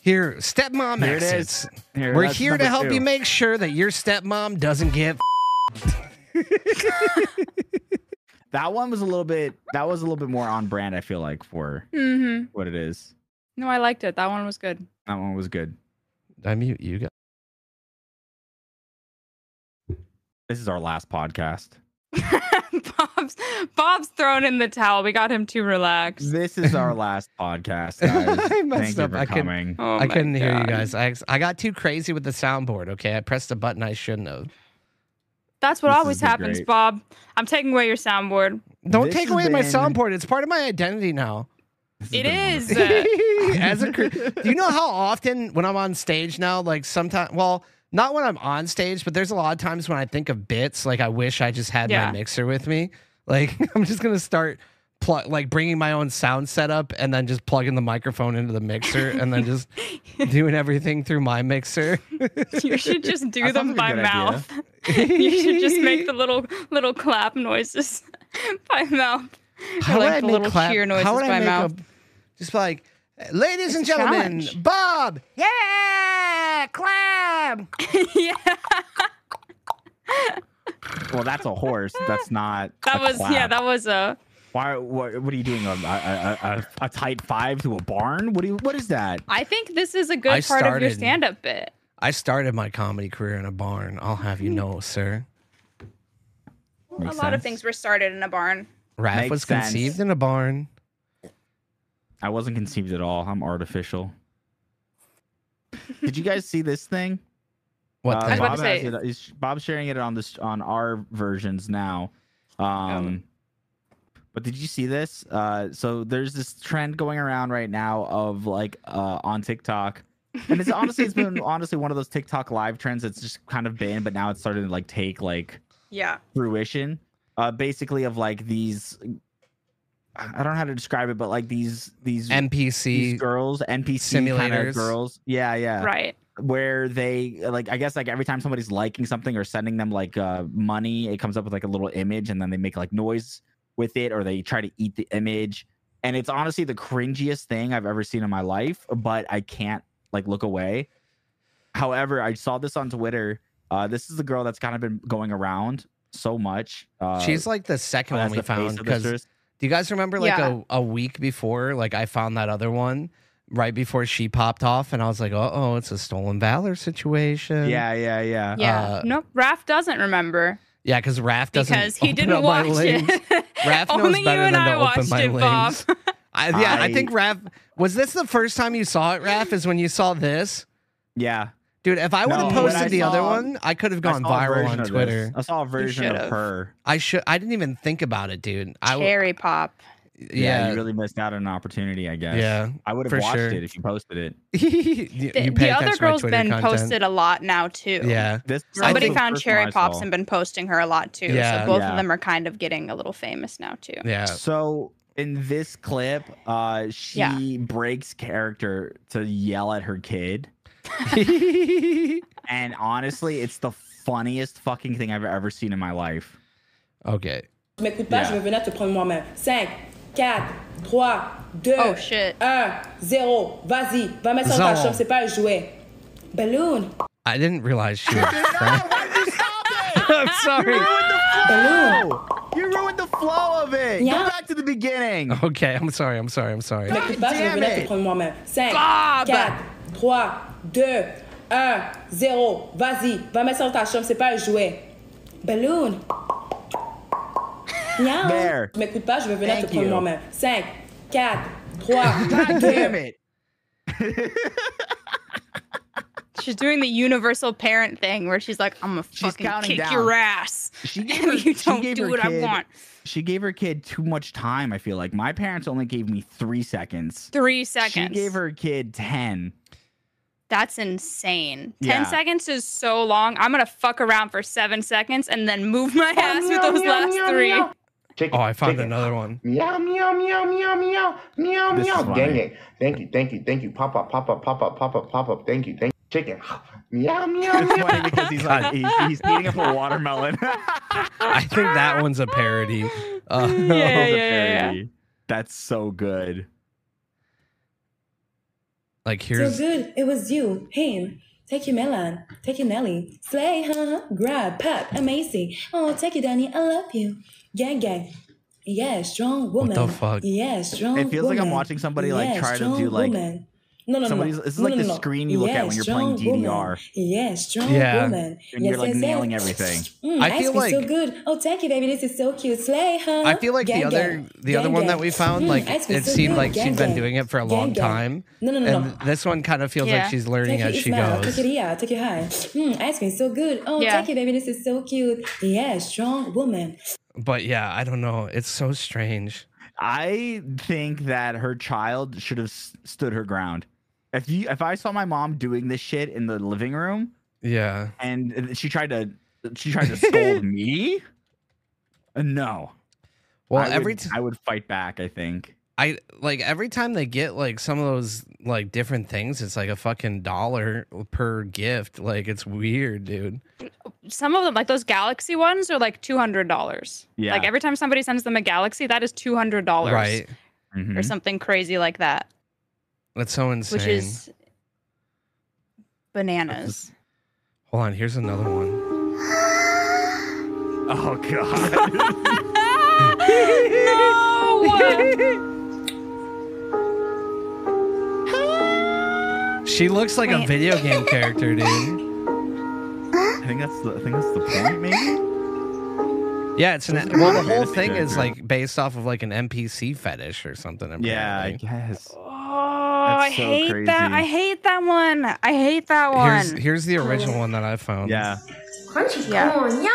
A: here, stepmom
B: Here it
A: exits.
B: Here,
A: We're
B: that's
A: here to
B: number
A: help
B: two.
A: you make sure that your stepmom doesn't get.
B: that one was a little bit that was a little bit more on brand, I feel like, for
C: Mm-hmm.
B: what it is.
C: No, I liked it. That one was good.
B: That one was good.
A: I mute you guys.
B: This is our last podcast.
C: Bob Bob's Bob's thrown in the towel. We got him too relaxed.
B: This is our last podcast, guys.
A: I messed
B: Thank you
A: up.
B: for
A: I couldn't-
B: coming.
C: Oh
A: I
C: my
A: couldn't hear you
C: God.
A: guys. I, I got too crazy with the soundboard, okay? I pressed a button I shouldn't have.
C: That's what
B: This
C: always
B: has been
C: happens,
B: great.
C: Bob. I'm taking away your soundboard.
A: Don't
B: This
A: take
B: has
A: away my
B: been-
A: soundboard. It's part of my identity now.
B: This has
C: It
B: been wonderful.
C: is. uh,
A: As a cre- Do you know how often when I'm on stage now, like sometimes, well, not when I'm on stage, but there's a lot of times when I think of bits, like I wish I just had
C: Yeah.
A: my mixer with me. Like I'm just gonna start pl- like bringing my own sound setup and then just plugging the microphone into the mixer and then just doing everything through my mixer.
C: uh, you should just
B: That
C: do
B: sounds like a
C: them by
B: good idea.
C: mouth. you should just make the little little clap noises by mouth. Or
A: How would
C: like
A: I
C: the
A: make
C: little
A: clap-
C: cheer noises
A: how would I
C: by
A: make
C: mouth.
A: a- just like, ladies and
C: a
A: gentlemen,
C: challenge.
A: Bob, yeah, clap.
C: yeah,
B: Well, that's a horse. That's not.
C: that
B: a
C: was yeah,
B: clap.
C: that was a
B: Why? What, what are you doing? A, a, a, a, a tight five to a barn? What do you? What is that?
C: I think this is a good
A: I
C: part of your
A: started-
C: stand-up bit.
A: I started my comedy career in a barn. I'll have
C: Hmm.
A: you know, sir.
B: Makes
C: a lot of
B: sense.
C: things were started in a barn.
A: Raph
B: Makes
A: was
B: sense.
A: conceived in a barn.
B: I wasn't conceived at all. I'm artificial. Did you guys see this thing?
A: What?
B: Uh,
A: the-
C: I was about
B: Bob,
C: to
B: has
C: say-
B: it- he's- Bob's sharing it on this on our versions now. Um, but did you see this? Uh, so there's this trend going around right now of like uh, on TikTok, and it's honestly it's been honestly one of those TikTok live trends that's just kind of been, but now it's starting to like take like
C: Yeah.
B: fruition uh basically of like these i don't know how to describe it but like these these these
A: NPC.
B: girls npc kind
A: simulators.
B: of girls yeah yeah
C: Right.
B: where they like i guess like every time somebody's liking something or sending them like uh money it comes up with like a little image and then they make like noise with it or they try to eat the image and it's honestly the cringiest thing i've ever seen in my life but i can't like look away however i saw this on twitter uh this is the girl that's kind of been going around so much uh
A: She's like the second
B: as
A: one we
B: the face
A: found.
B: of the
A: Because do
B: series.
A: you guys remember like
C: Yeah.
A: a, a week before? Like I found that other one right before she popped off, and I was like, uh oh, it's a stolen valor situation.
B: yeah yeah yeah
C: Yeah.
A: Uh,
C: nope. Raph doesn't remember
A: yeah, because Raph doesn't
C: because he
A: open
C: didn't
A: up my
C: watch
A: links.
C: it.
A: Raph knows
C: Only you
A: better
C: and
A: than
C: I
A: to open
C: watched
A: my
C: it, Bob.
A: links. I, yeah, I
B: I-
A: think Raph was this the first time you saw it. Raph is when you saw this.
B: yeah
A: Dude, if I would have
B: No,
C: when I
A: posted the other
B: saw-
A: one, I could have
B: I
A: gone
B: saw a
A: viral
B: version
A: on
B: of this.
A: Twitter.
B: i saw a version of
C: should've.
B: her
A: I should. I didn't even think about it, dude. I w-
C: Cherry pop.
A: yeah,
B: you really missed out on an opportunity, I guess.
A: yeah.
B: I would have
A: for
B: watched
A: sure.
B: it if you posted it.
A: you,
C: The,
A: you
C: the
A: pay attention
C: other
A: to my
C: girl's
A: Twitter
C: been
A: content.
C: posted a lot now too.
A: Yeah,
B: This
A: I
C: Somebody
A: think-
C: found cherry pops and been posting her a lot too.
A: Yeah.
C: so both
B: Yeah.
C: of them are kind of getting a little famous now too.
A: yeah.
B: So in this clip, uh, she
C: Yeah.
B: breaks character to yell at her kid, and honestly, it's the funniest fucking thing I've ever seen in my life.
A: okay.
E: Tu m'écoutes pas,
B: Yeah.
E: je vais venir te prendre moi-même. 5, 4, 3, 2,
C: Oh, shit.
E: 1, 0. Vas-y, va mettre ça dans ta
A: Zéro.
E: chambre, c'est pas un jouet. Balloon,
A: I didn't realize she was. I'm sorry.
E: balloon.
B: You ruined the flow of it.
E: Yeah.
B: Go back to the beginning.
A: Okay, I'm sorry. I'm sorry. I'm sorry.
E: Tu m'écoutes pas, je vais
B: damn
E: venir
B: it.
E: te prendre moi-même. 5,
C: Bob.
E: 4, 3, 2, 1, 0. Vas-y, va mettre ça dans ta chambre, c'est pas un jouet. Balloon. Miaou.
B: There.
E: Tu m'écoutes pas, je vais venir
B: Thank
E: te prendre
B: you.
E: moi-même. 5, 4, 3,
B: Damn
E: 2,
B: it.
C: She's doing the universal parent thing where she's like, I'm gonna fucking
B: counting
C: kick
B: down.
C: your ass.
B: She gave
C: if
B: her,
C: you
B: she
C: don't
B: gave
C: do
B: her
C: what
B: kid-
C: I want.
B: She gave her kid too much time. I feel like my parents only gave me three seconds.
C: Three seconds.
B: She gave her kid ten.
C: That's insane.
B: Yeah.
C: Ten seconds is so long. I'm gonna fuck around for seven seconds and then move my ass with those last three.
F: Chicken,
A: Oh, I found
F: chicken.
A: another one.
F: Meow, meow, meow, meow, meow, meow,
B: This
F: meow.
B: is
F: Gang,
B: funny.
F: gang. Thank you, thank you, thank you. Pop up, pop up, pop up, pop up, pop up. Thank you, thank you. Chicken. Meow, meow,
B: It's
F: meow.
B: funny because he's like he's, he's eating up a watermelon.
A: I think that one's a parody. Uh,
C: Yeah, yeah,
B: The
C: yeah, yeah.
B: parody. That's so good.
A: Like
E: So
A: here's
E: good, it was you, him. Take your melon, take your Nelly, slay, huh? Grab, pop, amazing. Oh, take it, Danny, I love you. Gang, gang. Yeah, strong woman.
A: the fuck?
E: Yeah, strong.
B: It feels like I'm
E: woman.
B: watching somebody, like,
E: Yeah,
B: try to
E: strong
B: do, like,
E: woman. No, no,
B: Somebody's-
E: no.
B: this is
E: no,
B: like
E: no,
B: the
E: no, no.
B: screen you look at when you're playing
E: strong woman.
B: DDR.
E: Yeah, strong
A: Yeah.
E: woman.
B: And you're, like, nailing everything.
E: Mm,
A: I
E: ice
A: feel
E: cream so
A: like-
E: good. Oh, thank you, baby. This is so cute. Slay, huh?
A: I feel like the
E: Gang,
A: other
E: gang.
A: the other
E: Gang,
A: one that
E: gang.
A: we found,
E: Mm,
A: like
E: ice cream
A: it
E: so
A: seemed
E: good.
A: like
E: Gang,
A: she'd been
E: gang.
A: doing it for a
E: Gang,
A: long
E: gang.
A: time.
E: No, no, no, no.
A: And this one kind of feels
C: Yeah.
A: like she's learning
E: Take
A: as
E: it,
A: she
E: Ismail. Take it
A: goes.
E: here. Take it high. Mm, ice cream so good. Oh,
C: Yeah.
E: thank you, baby. This is so cute. Yeah, strong woman.
A: But yeah, I don't know. It's so strange.
B: I think that her child should have s- stood her ground. If you, if I saw my mom doing this shit in the living room
A: Yeah.
B: and she tried to, she tried to scold me. uh, No.
A: Well,
B: I
A: every
B: would,
A: t-
B: I would fight back. I think.
A: I like every time they get like some of those like different things, it's like a fucking dollar per gift. Like it's weird, dude.
C: Some of them, like those Galaxy ones, are like two hundred dollars.
B: Yeah.
C: Like every time somebody sends them a Galaxy, that is two hundred dollars,
A: Right?
B: Mhm.
C: Or something crazy like that,
A: That's so insane.
C: which is bananas.
A: Hold on, here's another one.
B: Oh god.
C: no.
A: She looks like a
C: Wait.
A: video game character, dude.
B: I think that's the. I think that's the point. Maybe.
A: Yeah, it's an
B: Those are
A: well. The
B: fantasy
A: whole thing is
B: characters.
A: like based off of like an NPC fetish or something.
B: Yeah, I
A: apparently.
B: guess.
C: Oh, I
B: so
C: hate that.
B: crazy.
C: I hate that one. I hate that one.
A: Here's here's the original one that I found.
B: Yeah.
G: Crunchy
C: Yeah.
G: corn, Oh, yum!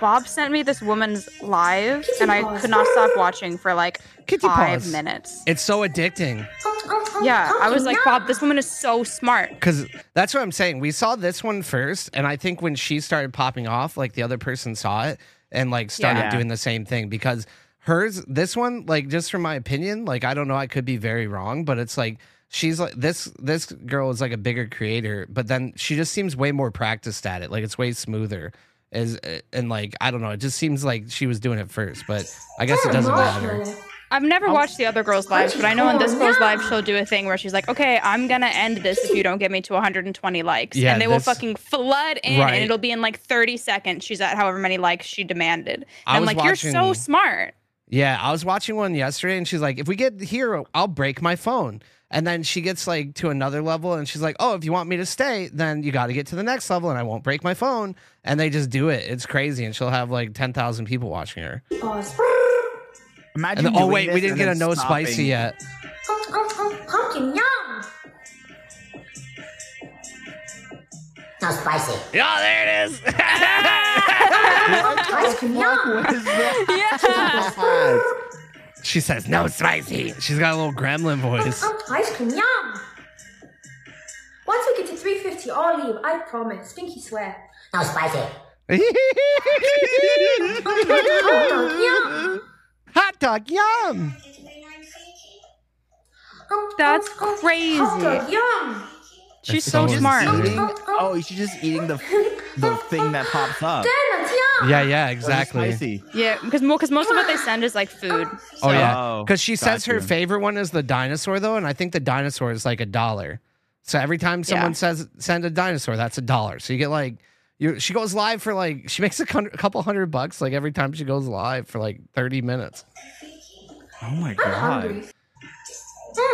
C: Bob sent me this woman's live,
G: Kitty
C: and I
G: paws.
C: could not stop watching for like
A: Kitty
C: five
A: paws.
C: minutes.
A: It's so addicting
G: Oh, oh, oh,
C: Yeah, I
G: oh,
C: was like,
G: yum.
C: Bob, this woman is so smart.
A: because that's what I'm saying. We saw this one first, and I think when she started popping off, like the other person saw it and like started
B: Yeah.
A: doing the same thing because hers, this one, like just from my opinion, like I don't know, I could be very wrong, but it's like she's like this this girl is like a bigger creator, but then she just seems way more practiced at it. Like it's way smoother. Is and like I don't know, it just seems like she was doing it first, but I guess it doesn't matter.
G: Marshmallow.
C: I've never watched the other girls' lives, but I know in this girl's live, she'll do a thing where she's like, okay, I'm gonna end this if you don't get me to 120 likes.
A: Yeah,
C: and they will
A: this-
C: fucking flood in,
A: Right.
C: and it'll be in like 30 seconds. She's at however many likes she demanded.
A: I
C: I'm
A: was
C: like, you're so
A: watching-
C: smart.
A: Yeah, I was watching one yesterday and she's like, if we get here, I'll break my phone. And then she gets like to another level and she's like, oh, if you want me to stay, then you got to get to the next level and I won't break my phone. And they just do it. It's crazy. And she'll have like 10,000 people watching her.
G: Balls.
B: Imagine.
A: And then- oh,
B: doing
A: wait, we
B: this
A: didn't
B: and
A: get a
B: then
A: no
B: stopping.
A: spicy yet.
G: Oh, oh, oh, pumpkin, yum! No spicy.
A: Yeah, there it is.
G: Ice cream, yum!
B: What is that?
C: Yeah.
A: she says, no spicy. She's got a little gremlin voice.
G: Oh, ice cream, yum! Once we get to 350, I'll leave. I promise. Stinky swear. No spicy. Hot dog, yum!
A: Hot dog, yum.
G: Oh,
C: That's
G: oh, oh,
C: crazy.
G: Hot dog, yum!
C: She's
A: That's
C: so
A: so
C: smart.
B: Eating, oh, she's just eating the the thing that pops up.
G: Donuts, yum!
A: Yeah, yeah,
B: Those are
A: exactly.
B: Spicy.
C: Yeah, because because most of what they send is like food.
A: Oh
C: So-
A: yeah,
B: Oh,
A: because she says her
B: gotcha.
A: favorite one is the dinosaur though, and I think the dinosaur is like a dollar. So every time someone
C: Yeah.
A: says send a dinosaur, that's a dollar. So you get like, you she goes live for like she makes a, con- a couple hundred bucks like every time she goes live for like thirty minutes.
B: Oh my
G: Hungry.
B: god.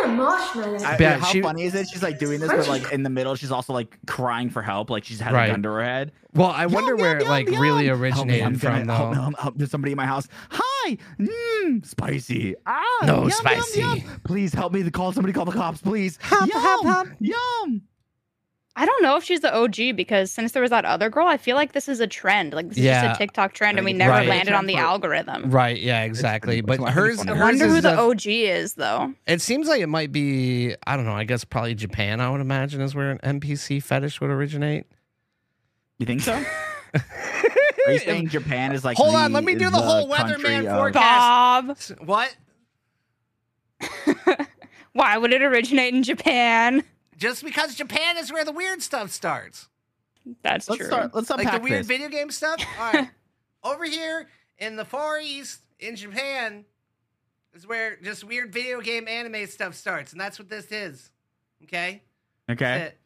G: Mm, marshmallow.
B: I,
A: Yeah,
B: how
A: she-
B: funny is it? She's like doing this, but like in the middle, she's also like crying for help. Like she's had
A: Right.
B: a gun to her head.
A: Well, I wonder
B: Yum,
A: where
B: yum,
A: it
B: yum,
A: like
B: yum.
A: really
B: Help me,
A: originated
B: I'm
A: from
B: gonna- help,
A: though.
B: help, help. There's somebody in my house. Hi. Mmm. Spicy. Ah.
A: No,
B: yum,
A: spicy.
B: Yum, yum. Please help me to call somebody. Call the cops, please.
A: Hop,
B: yum.
A: hop, hop.
B: Yum.
C: I don't know if she's the OG because since there was that other girl, I feel like this is a trend. Like this is
A: Yeah.
C: just a TikTok trend, and we
B: Right.
C: never
A: Right.
C: landed on the
B: But-
C: algorithm.
A: Right? Yeah, exactly.
B: funny.
A: But
B: It's
A: hers,
B: funny.
C: I
A: hers
C: wonder
A: is
C: who the
A: the-
C: OG is though.
A: It seems like it might be. I don't know. I guess probably Japan. I would imagine is where an NPC fetish would originate.
B: You think so? Are you saying Japan is like?
A: Hold
B: the,
A: on, let me do
B: is
A: the whole
B: country
A: weatherman
B: of-
A: forecast.
C: Bob,
A: What?
C: why would it originate in Japan?
A: Just because Japan is where the weird stuff starts.
C: That's
B: Let's
C: true.
B: start. Let's unpack
A: Like the weird
B: this.
A: video game stuff. All right. Over here in the Far East in Japan is where just weird video game anime stuff starts. And that's what this is. Okay? That's
B: Okay.
A: it.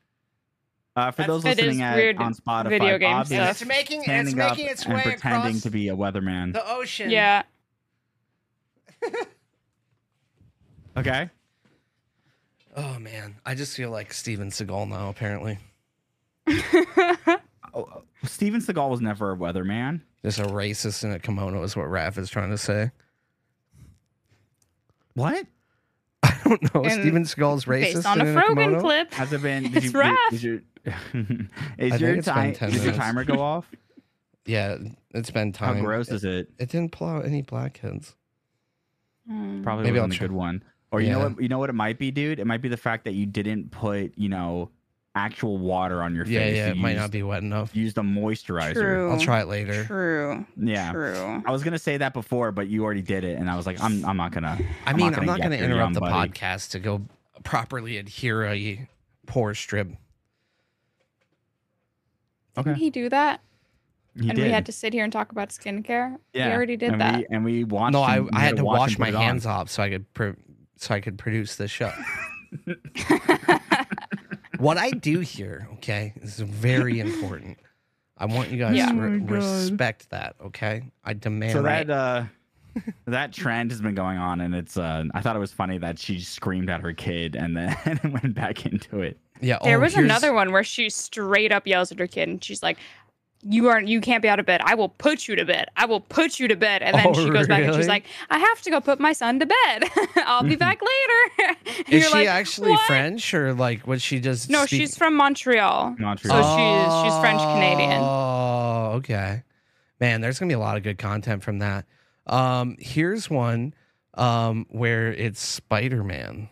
B: Uh, for those
C: It is
B: listening at,
C: weird
B: on Spotify,
C: video game
B: Bob is
A: And
C: stuff.
A: it's making, and it's
B: standing up
A: making its
B: and
A: way
B: pretending
A: across
B: to be a weatherman.
A: the ocean.
C: Yeah.
B: Okay.
A: Oh man, I just feel like Steven Seagal now. Apparently,
B: Oh, Steven Seagal was never a weatherman.
A: just a racist in a kimono is what Raph is trying to say.
B: What
A: I don't know.
C: And
A: Steven Seagal's racist
C: Based on a
A: in a
C: Frogan
A: kimono.
C: clip.
B: has it been?
C: It's rough.
B: Is your
A: I
B: is
A: think
B: your
A: it's been
B: time?
A: 10
B: Did your
A: minutes.
B: timer go off?
A: Yeah, it's been
B: How
A: time.
B: gross is it?
A: It didn't pull out any blackheads.
C: Mm.
B: Probably
A: Maybe I'll
B: wasn't a
A: try-
B: good one. Or you know
A: Yeah.
B: what? You know what it might be, dude. It might be the fact that you didn't put you know actual water on your
A: Yeah,
B: face.
A: yeah,
B: You
A: it might
B: used,
A: not be wet enough.
B: Used a moisturizer.
C: True.
A: I'll try it later.
C: True.
B: Yeah.
C: True.
B: I was gonna say that before, but you already did it, and I was like, I'm I'm not gonna.
A: I mean, I'm
B: gonna
A: not
B: get
A: going to
B: there, young
A: interrupt the
B: buddy.
A: podcast to go properly adhere a poor strip.
C: Didn't he do that?
B: He
C: and
B: did.
C: we had to sit here and talk about skincare. We already did
B: and
C: that.
B: We, and we watched.
A: no, I,
B: him- we
A: I had to wash
B: him
A: my
B: put it on.
A: hands off so I could pro- so I could produce this show. what I do here, okay, is very important. I want you guys
C: Yeah. Oh
A: to re- respect that, okay? I demand
B: So
A: it.
B: that uh, that trend has been going on, and it's. Uh, I thought it was funny that she screamed at her kid and then went back into it.
A: Yeah,
C: there
A: oh,
C: was
A: here's-
C: another one where she straight up yells at her kid, and she's like, "You aren't. You can't be out of bed. I will put you to bed. I will put you to bed." And then
A: Oh,
C: she goes back and
A: really? Mm-hmm.
C: she's like, "I have to go put my son to bed. I'll be back later." And
A: Is
C: you're
A: she
C: like,
A: actually
C: "What?"
A: French or like was she just
C: No,
A: speak-
C: she's from Montreal.
B: Montreal.
C: So she's she's French Canadian.
A: Oh, okay. Man, there's gonna be a lot of good content from that. Um, here's one um where it's Spider Man.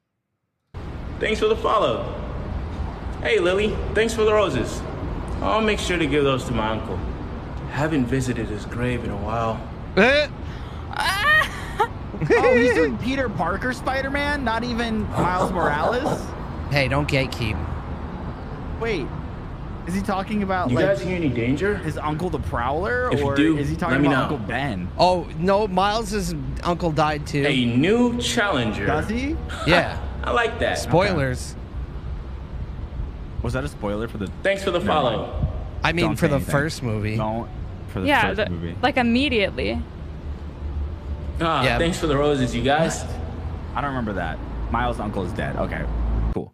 H: Thanks for the follow. Hey, Lily, thanks for the roses. I'll make sure to give those to my uncle. Haven't visited his grave in a while.
B: Eh.
C: Ah!
B: oh, he's doing Peter Parker Spider Man, not even Miles Morales.
A: Hey, don't gatekeep.
B: Wait, is he talking about
H: You
B: like
H: guys hear any danger?
B: his uncle the Prowler,
H: If you
B: or
H: do,
B: is he
H: let
B: talking
H: me
B: about
H: know.
B: Uncle Ben?
A: Oh no, Miles's uncle died too.
H: A new challenger.
B: Does he?
A: Yeah.
H: I like that.
A: Spoilers.
B: Was that a spoiler for the?
H: thanks for the follow.
A: I mean
B: Don't
A: for
B: say
A: the
B: anything.
A: first movie.
B: Don't for the
C: Yeah,
B: first
C: the-
B: movie.
C: like immediately.
H: Ah,
A: Yeah.
H: thanks for the roses, you guys.
B: I don't remember that. Miles' uncle is dead. Okay, cool.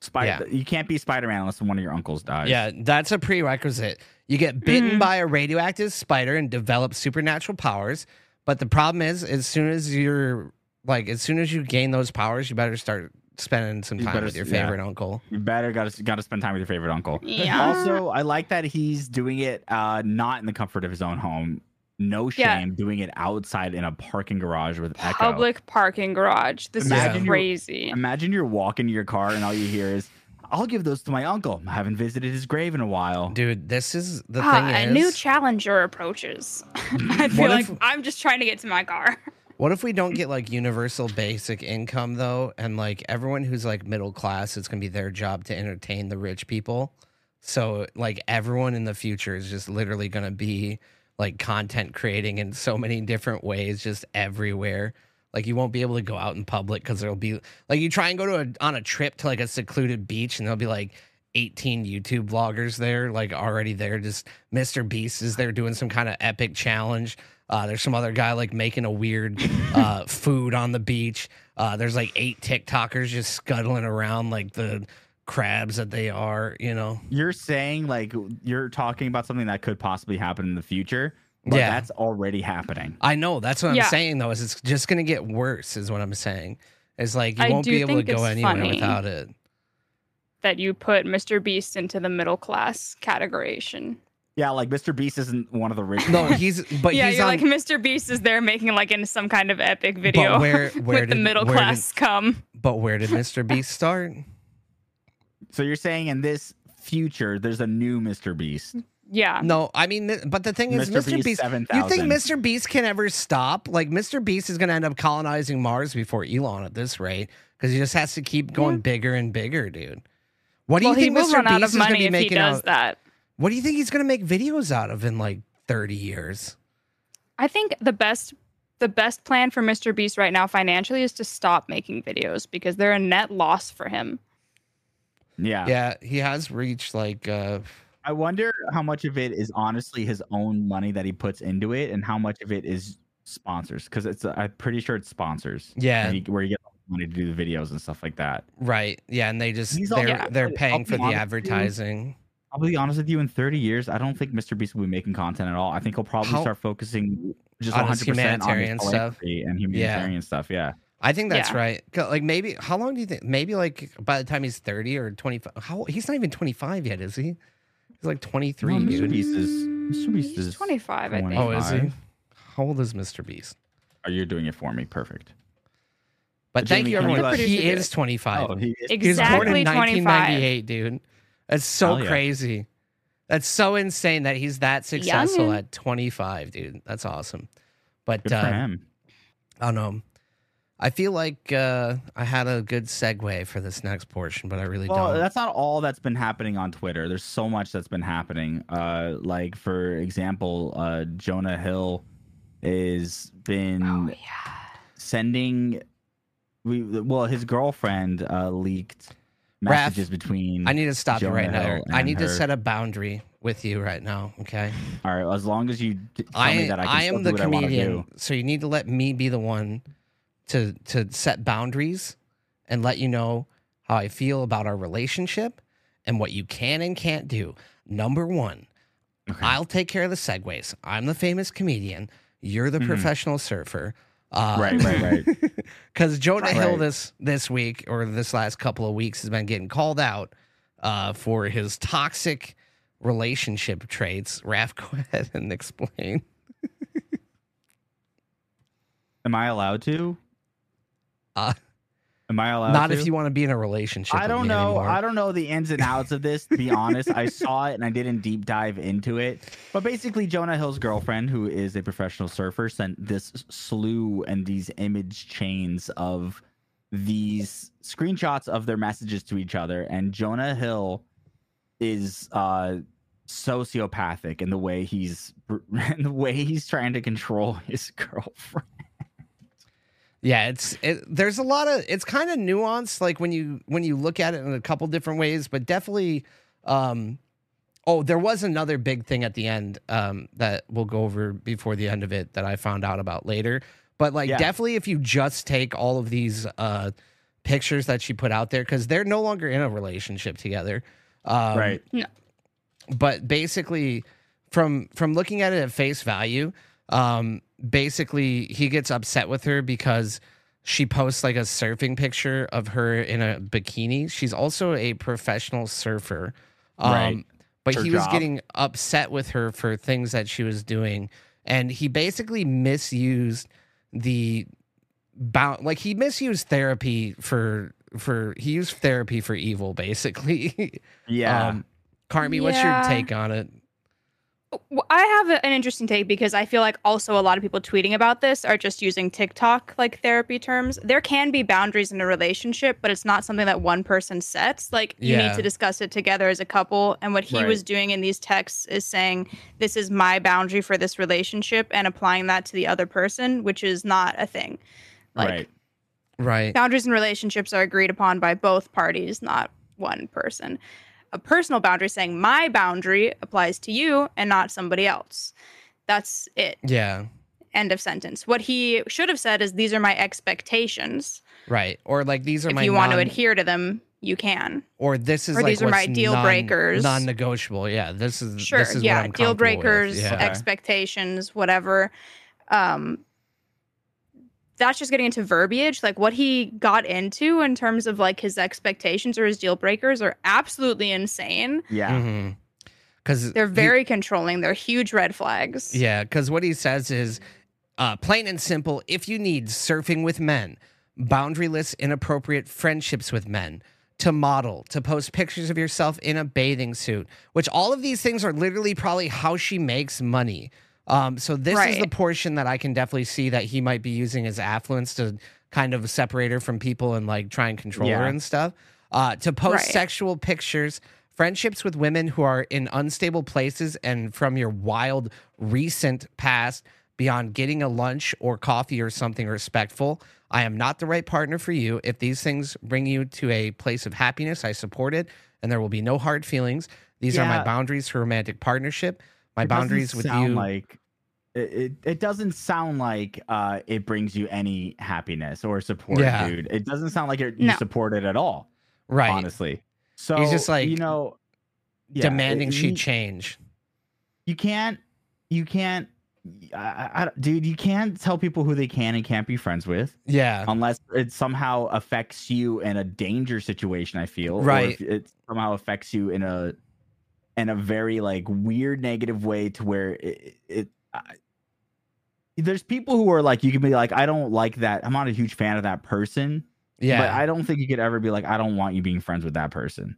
B: Spider,
A: Yeah.
B: you can't be Spider Man unless one of your uncles dies.
A: Yeah, that's a prerequisite. You get
B: Mm-hmm.
A: bitten by a radioactive spider and develop supernatural powers. But the problem is, as soon as you're like, as soon as you gain those powers, you better start spending some
B: You
A: time
B: better
A: with your
B: s- yeah.
A: favorite uncle.
B: you better got to got to spend time with your favorite uncle.
C: Yeah.
B: Also, I like that he's doing it uh, not in the comfort of his own home. No shame
C: Yeah.
B: doing it outside in a parking garage with Echo.
C: Public parking garage. This
B: Imagine
C: is
B: you-
C: crazy.
B: Imagine you're walking to your car and all you hear is, "I'll give those to my uncle. I haven't visited his grave in a while."
A: Dude, this is the
C: Ah,
A: thing.
C: a new
A: is-
C: challenger approaches. I feel
A: What
C: like
A: if-
C: I'm just trying to get to my car.
A: What if we don't get like universal basic income though? And like everyone who's like middle class, it's gonna be their job to entertain the rich people. So like everyone in the future is just literally gonna be like content creating in so many different ways, just everywhere. Like you won't be able to go out in public because there'll be like you try and go to a, on a trip to like a secluded beach and there'll be like 18 YouTube vloggers there, like already there. Just Mr. Beast is there doing some kind of epic challenge. Uh, there's some other guy like making a weird uh, food on the beach. Uh, there's like eight TikTokers just scuttling around like the crabs that they are, you know?
B: You're saying like you're talking about something that could possibly happen in the future, but
A: Yeah.
B: that's already happening.
A: I know. That's what I'm
C: Yeah.
A: saying though, is it's just going to get worse, is what I'm saying. It's like you
C: I
A: won't
C: do
A: be able to
C: think
A: go
C: it's
A: anywhere
C: funny.
A: without it.
C: That you put Mr. Beast into the middle class categorization.
B: Yeah, like Mr. Beast isn't one of the rich.
A: No,
B: ones.
A: he's, but
C: yeah,
A: he's
C: you're
A: on,
C: like Mr. Beast is there making like in some kind of epic video
A: where- where
C: with
A: did-
C: the middle
A: where did-
C: class come.
A: but where did Mr. Beast start?
B: so you're saying in this future, there's a new Mr. Beast.
C: Yeah.
A: No, I mean, th- but the thing is,
B: Mr.
A: Mr. Beast.
B: Beast,
A: you think
B: 7,000.
A: Mr. Beast can ever stop? Like, Mr. Beast is going to end up colonizing Mars before Elon at this rate because he just has to keep going bigger and bigger, dude. What do
C: well,
A: you
C: he
A: think
C: will
A: Mr.
C: run
A: Beast
C: out of
A: is going to
C: money
A: be
C: if he
A: making?
C: does
A: out-
C: that.
A: What do you think he's going to make videos out of in like thirty years?
C: I think the best the best plan for Mr. Beast right now financially is to stop making videos because they're a net loss for him.
B: Yeah.
A: Yeah, he has reached like. uh
B: I wonder how much of it is honestly his own money that he puts into it, and how much of it is sponsors because it's. I'm pretty sure it's sponsors.
A: Yeah.
B: where he, where he gets money to do the videos and stuff like that.
A: Right. Yeah, and they just
B: He's all-
A: they're
B: Yeah,
A: they're
B: I'll
A: paying
B: be
A: for the
B: honest with you.
A: advertising.
B: I'll be honest with you. In 30 years, I don't think Mr. Beast will be making content at all. I think he'll probably
A: How-
B: start focusing just
A: On
B: 100
A: his humanitarian
B: percent humanitarian on his
A: stuff?
B: philanthropy and humanitarian stuff. Yeah,
A: I think that's
C: Yeah.
A: right. 'Cause, Like maybe how long do you think? Maybe like by the time he's thirty or twenty five. How he's not even twenty five yet, is he? He's like twenty three,
B: No, Mr.
A: dude.
B: Beast is Mr. Beast
C: Oh, He's
B: is
C: 25, I think.
A: Oh, is he?
B: 25.
A: How old is Mr. Beast?
B: Oh, you're doing it for me. Perfect.
A: But thank
B: Jamie,
A: you,
B: can you,
A: everyone.
B: uh,
A: He
C: Producer
A: is twenty five.
B: Oh, he
A: He was born in
C: Exactly 25.
A: 1998, dude. That's so
B: Hell yeah.
A: crazy. That's so insane that he's that successful
C: Youngin.
A: at 25, dude. That's awesome. But
B: good for
A: uh,
B: him.
A: I don't know. I feel like uh, I had a good segue for this next portion, but I really
B: Well,
A: don't.
B: that's not all that's been happening on Twitter. There's so much that's been happening. Uh, like for example, uh, Jonah Hill is been
C: Oh,
B: sending. We well, his girlfriend uh, leaked
A: Raph,
B: messages between.
A: I need to stop you
B: Jonah
A: right now.
B: Hill
A: I
B: and
A: need to
B: her.
A: set a boundary with you right now. Okay.
B: All right, as long as you d- tell
A: I,
B: me that I can
A: I
B: still
A: am
B: do
A: the
B: what I
A: comedian,
B: want to do.
A: so you need to let me be the one to to set boundaries and let you know how I feel about our relationship and what you can and can't do. Number one,
B: Okay.
A: I'll take care of the segues. I'm the famous comedian. You're the
B: Mhm.
A: professional surfer. Uh,
B: Right, right, right.
A: because Jonah
B: Right.
A: Hill
B: Right.
A: this this week or this last couple of weeks has been getting called out uh, for his toxic relationship traits. Raph, go ahead and explain.
B: Am I allowed to?
A: Uh,
B: Am I allowed?
A: Not
B: to?
A: if you want to be in a relationship.
B: I
A: with
B: don't
A: me
B: know.
A: anymore.
B: I don't know the ins and outs of this. To be honest, I saw it and I didn't deep dive into it. But basically, Jonah Hill's girlfriend, who is a professional surfer, sent this slew and these image chains of these screenshots of their messages to each other. And Jonah Hill is uh, sociopathic in the way he's in the way he's trying to control his girlfriend.
A: Yeah, it's it, there's a lot of it's kind of nuanced. Like when you when you look at it in a couple different ways, but definitely. Um, oh, there was another big thing at the end um, that we'll go over before the end of it that I found out about later. But like,
B: Yeah.
A: definitely, if you just take all of these uh, pictures that she put out there, because they're no longer in a relationship together, um, but basically from from looking at it at face value um basically he gets upset with her because she posts like a surfing picture of her in a bikini she's also a professional surfer um
B: Right.
A: but
B: Her
A: he was
B: job.
A: getting upset with her for things that she was doing and he basically misused the bound like he misused therapy for for he used therapy for evil basically
B: Yeah.
A: um, Carmi, what's your
C: Yeah.
A: take on it?
C: Well, I have a- an interesting take because I feel like also a lot of people tweeting about this are just using TikTok like therapy terms. There can be boundaries in a relationship, but it's not something that one person sets. Like you
A: Yeah.
C: need to discuss it together as a couple. And what he
B: Right.
C: was doing in these texts is saying, "This is my boundary for this relationship," and applying that to the other person, which is not a thing. Like
B: right.
A: Right.
C: boundaries in relationships are agreed upon by both parties, not one person. A personal boundary saying my boundary applies to you and not somebody else. That's it.
A: Yeah.
C: End of sentence. What he should have said is these are my expectations.
A: Right. Or like these are
C: If
A: my
C: you want to
A: non-
C: adhere to them, you can.
A: or this is
C: or
A: like
C: these are my
A: what's
C: deal
A: non-
C: breakers.
A: non-negotiable. Yeah. This is
C: Sure.
A: This is
C: yeah.
A: what I'm
C: Deal
A: comfortable with.
C: breakers,
A: Yeah.
C: expectations, whatever. Um, that's just getting into verbiage. Like what he got into in terms of like his expectations or his deal breakers are absolutely insane.
B: Yeah.
A: Mm-hmm. Because
C: They're very controlling. They're huge red flags.
A: Yeah, because what he says is uh, plain and simple if you need surfing with men, boundaryless, inappropriate friendships with men, to model, to post pictures of yourself in a bathing suit, which all of these things are literally probably how she makes money. Um, so this is the
C: Right.
A: portion that I can definitely see that he might be using his affluence to kind of separate her from people and like try and control her
B: Yeah.
A: and stuff. Uh, to post
C: Right.
A: sexual pictures, friendships with women who are in unstable places and from your wild recent past beyond getting a lunch or coffee or something respectful. I am not the right partner for you. If these things bring you to a place of happiness, I support it and there will be no hard feelings. These are my
B: Yeah.
A: boundaries for romantic partnership. My
B: It doesn't
A: boundaries with
B: sound
A: you.
B: like it, it, it doesn't sound like uh, it brings you any happiness or support,
A: Yeah.
B: dude. It doesn't sound like you're, you
C: No.
B: support it at all,
A: Right.
B: honestly. So
A: He's just, like,
B: you know, yeah,
A: Demanding
B: it-
A: she
B: you-
A: change.
B: You can't, you can't, I, I- I- dude. You can't tell people who they can and can't be friends with
A: Yeah.
B: unless it somehow affects you in a danger situation. I feel Or
A: Right.
B: if it somehow affects you in a in a very like weird negative way to where it. it I, there's people who are like you can be like I don't like that. I'm not a huge fan of that person.
A: Yeah.
B: But I don't think you could ever be like I don't want you being friends with that person.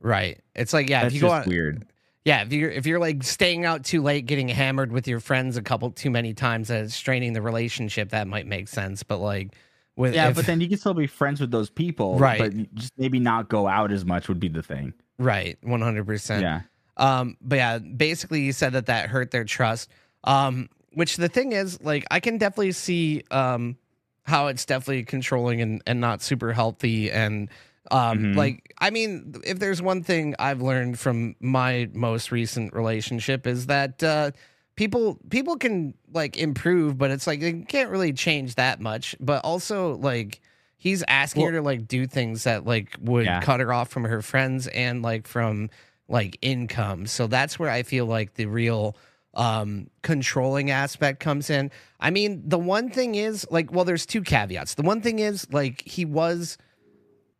A: right. It's like yeah,
B: That's
A: if you
B: just
A: go on,
B: weird.
A: yeah, if you're if you're like staying out too late, getting hammered with your friends a couple too many times, and it's straining the relationship, that might make sense. But like with
B: Yeah,
A: if-
B: but then you can still be friends with those people,
A: Right.
B: But you just maybe not go out as much would be the thing.
A: right, one hundred percent.
B: yeah,
A: Um, but yeah, basically, you said that that hurt their trust. Um, which the thing is, like, I can definitely see um, how it's definitely controlling and, and not super healthy. And um,
B: Mhm.
A: like, I mean, if there's one thing I've learned from my most recent relationship is that uh, people people can like improve, but it's like they can't really change that much. But also, like, he's asking her to like do things that like would
B: Yeah.
A: cut her off from her friends and like from like income. So that's where I feel like the real um controlling aspect comes in. I mean, the one thing is like well there's two caveats. The one thing is like he was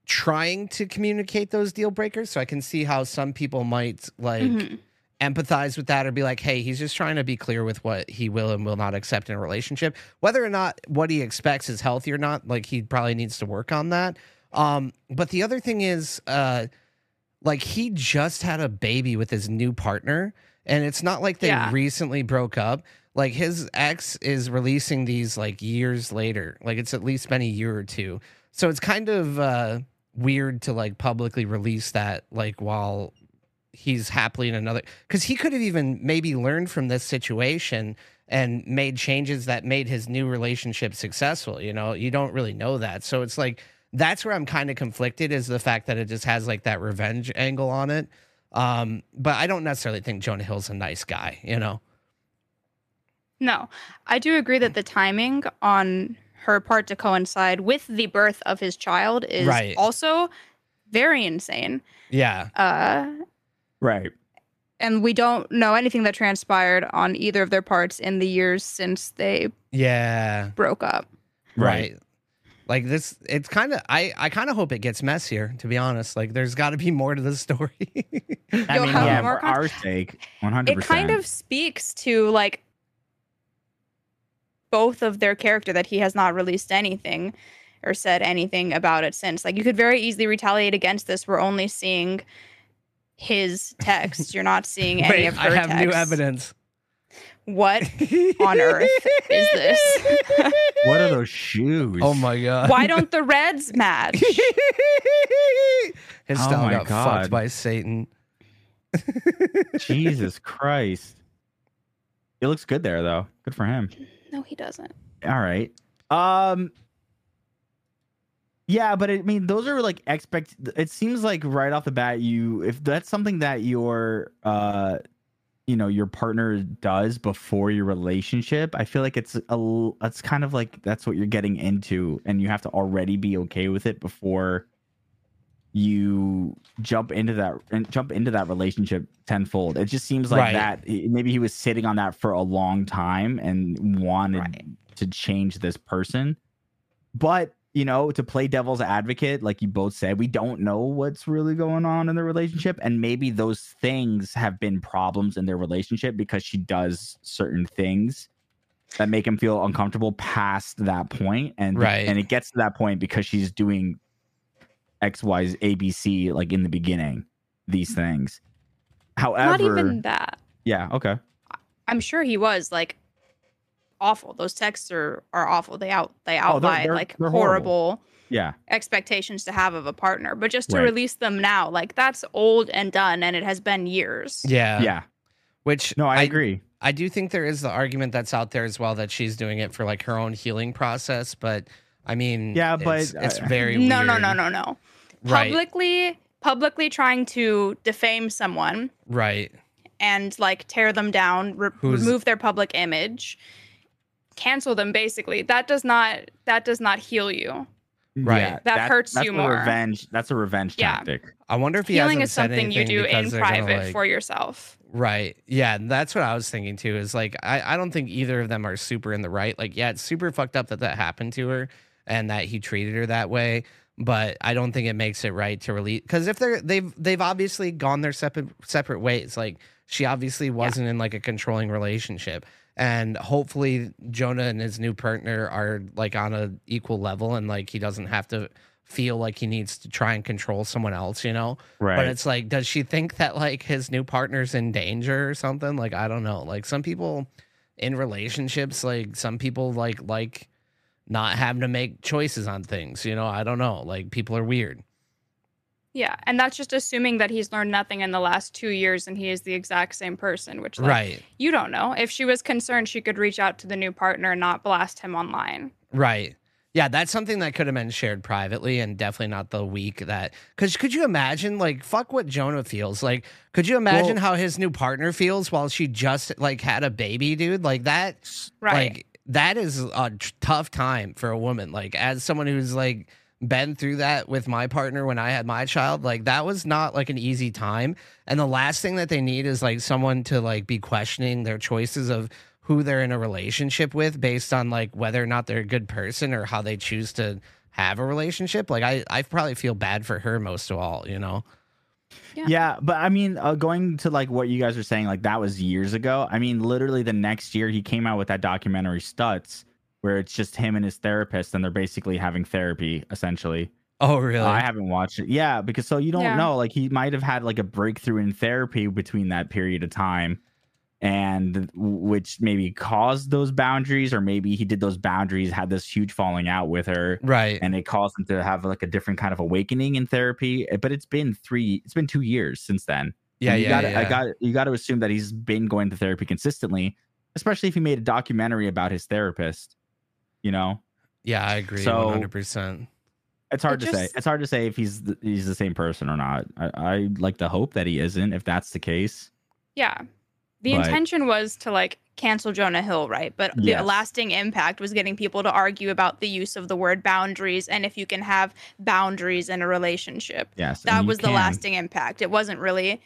A: trying to communicate those deal breakers so I can see how some people might like
C: Mhm.
A: empathize with that or be like, hey, he's just trying to be clear with what he will and will not accept in a relationship. Whether or not what he expects is healthy or not, like he probably needs to work on that. Um, but the other thing is, uh, like he just had a baby with his new partner, and it's not like they
C: Yeah.
A: recently broke up. Like his ex is releasing these like years later. Like it's at least been a year or two. So it's kind of uh weird to like publicly release that like while he's happily in another because he could have even maybe learned from this situation and made changes that made his new relationship successful you know you don't really know that so it's like that's where i'm kind of conflicted is the fact that it just has like that revenge angle on it um but i don't necessarily think jonah hill's a nice guy you know
C: No, I do agree that the timing on her part to coincide with the birth of his child is
A: Right.
C: also very insane.
A: yeah
C: Uh,
B: right.
C: and we don't know anything that transpired on either of their parts in the years since they
A: yeah
C: broke up.
A: right, like this it's kind of i i kind of hope it gets messier to be honest like there's got to be more to the story
B: I
C: You'll
B: mean,
C: have
B: yeah,
C: more
B: for
C: con-
B: our sake, one hundred
C: It
B: percent.
C: kind of speaks to like both of their character that he has not released anything or said anything about it since. Like you could very easily retaliate against this. We're only seeing his text. You're not seeing any
A: Wait,
C: of
A: i
C: her
A: have new
C: texts.
A: evidence
C: What on earth is this?
B: What are those shoes?
A: Oh my god.
C: Why don't the Reds match?
A: His
B: Oh
A: style
B: my
A: got fucked
B: God.
A: by Satan.
B: Jesus Christ! It looks good there though. Good for him.
C: No, he doesn't.
B: All right. Um. Yeah, but I mean, those are like expect. It seems like right off the bat, you if that's something that your uh, you know, your partner does before your relationship, I feel like it's a l- it's kind of like that's what you're getting into, and you have to already be okay with it before you jump into that and jump into that relationship tenfold. It just seems like
A: Right.
B: that eh, maybe he was sitting on that for a long time and wanted to change this person. But, you know, to play devil's advocate, like you both said, we don't know what's really going on in the relationship. And maybe those things have been problems in their relationship because she does certain things that make him feel uncomfortable past that point. And,
A: Right.
B: and it gets to that point because she's doing X, Y, ABC, like in the beginning, these things. However,
C: Not even that.
B: yeah, okay.
C: I'm sure he was like awful. Those texts are are awful. They out they
B: they're-
A: Oh,
C: outline
B: they're-
C: like
B: they're horrible.
C: horrible.
B: Yeah.
C: expectations to have of a partner, but just to
B: Right.
C: release them now, like that's old and done, and it has been years.
A: Yeah.
B: Yeah.
A: Which
B: No, I agree.
A: Uh, I do think there is the argument that's out there as well that she's doing it for like her own healing process, but I mean,
B: Yeah, but uh,
A: it's, it's
B: I-
A: very
C: No, no,
A: weird.
C: no, no, no.
A: Right,
C: Publicly, publicly trying to defame someone
A: right,
C: and like tear them down, re-
A: Who's-
C: remove their public image, cancel them basically. That does not that does not heal you.
A: Right.
B: Yeah,
A: That
C: hurts
B: that's
C: you
B: a
C: more.
B: Revenge. That's a revenge
C: Yeah.
B: tactic.
A: I wonder if he
C: Healing
A: hasn't
C: is
A: said
C: something you
A: anything
C: do in
A: because they're gonna,
C: private
A: like-
C: for yourself.
A: Right. Yeah. And that's what I was thinking too is like, I, I don't think either of them are super in the right. Like, yeah, it's super fucked up that that happened to her and that he treated her that way. But I don't think it makes it right to release because if they're they've they've obviously gone their separate separate ways. Like she obviously wasn't in like a controlling relationship, and hopefully Jonah and his new partner are like on a equal level, and like he doesn't have to feel like he needs to try and control someone else. You know,
B: Right.
A: but it's like, does she think that like his new partner's in danger or something? Like, I don't know. Like some people in relationships, like some people like like not having to make choices on things. You know, I don't know. Like people are weird.
C: Yeah, and that's just assuming that he's learned nothing in the last two years and he is the exact same person, which like,
A: Right.
C: you don't know. If she was concerned, she could reach out to the new partner and not blast him online.
A: Right. Yeah, that's something that could have been shared privately and definitely not the week that cuz could you imagine like fuck what Jonah feels? Like could you imagine
B: Well-
A: how his new partner feels while she just like had a baby, dude? Like that
C: Right.
A: Like that is a t- tough time for a woman. Like as someone who's like been through that with my partner when I had my child, like that was not like an easy time. And the last thing that they need is like someone to like be questioning their choices of who they're in a relationship with based on like whether or not they're a good person or how they choose to have a relationship. Like I, I probably feel bad for her most of all, you know?
C: Yeah.
B: Yeah. but I mean, uh, going to like what you guys are saying, like that was years ago. I mean, literally the next year he came out with that documentary Stutz, where it's just him and his therapist, and they're basically having therapy essentially.
A: Oh really?
B: I haven't watched it. Yeah, because so you don't
C: Yeah.
B: know, like he might have had like a breakthrough in therapy between that period of time, and which maybe caused those boundaries, or maybe he did those boundaries, had this huge falling out with her,
A: right.
B: and it caused him to have like a different kind of awakening in therapy. eh, But it's been three, it's been two years since then.
A: yeah,
B: And you
A: yeah,
B: gotta,
A: yeah.
B: I got you got to assume that he's been going to therapy consistently, especially if he made a documentary about his therapist. You know,
A: yeah, I agree
B: So-
A: 100%.
B: it's hard to say.
C: just-
B: It's hard to say if he's the, he's the same person or not. I, I like to hope that he isn't. If that's the case,
C: Yeah. The
B: But-
C: intention was to like cancel Jonah Hill, right? But the
B: Yes.
C: lasting impact was getting people to argue about the use of the word boundaries and if you can have boundaries in a relationship.
B: yes, and
C: That
B: you
C: was the
B: can-
C: lasting impact. It wasn't really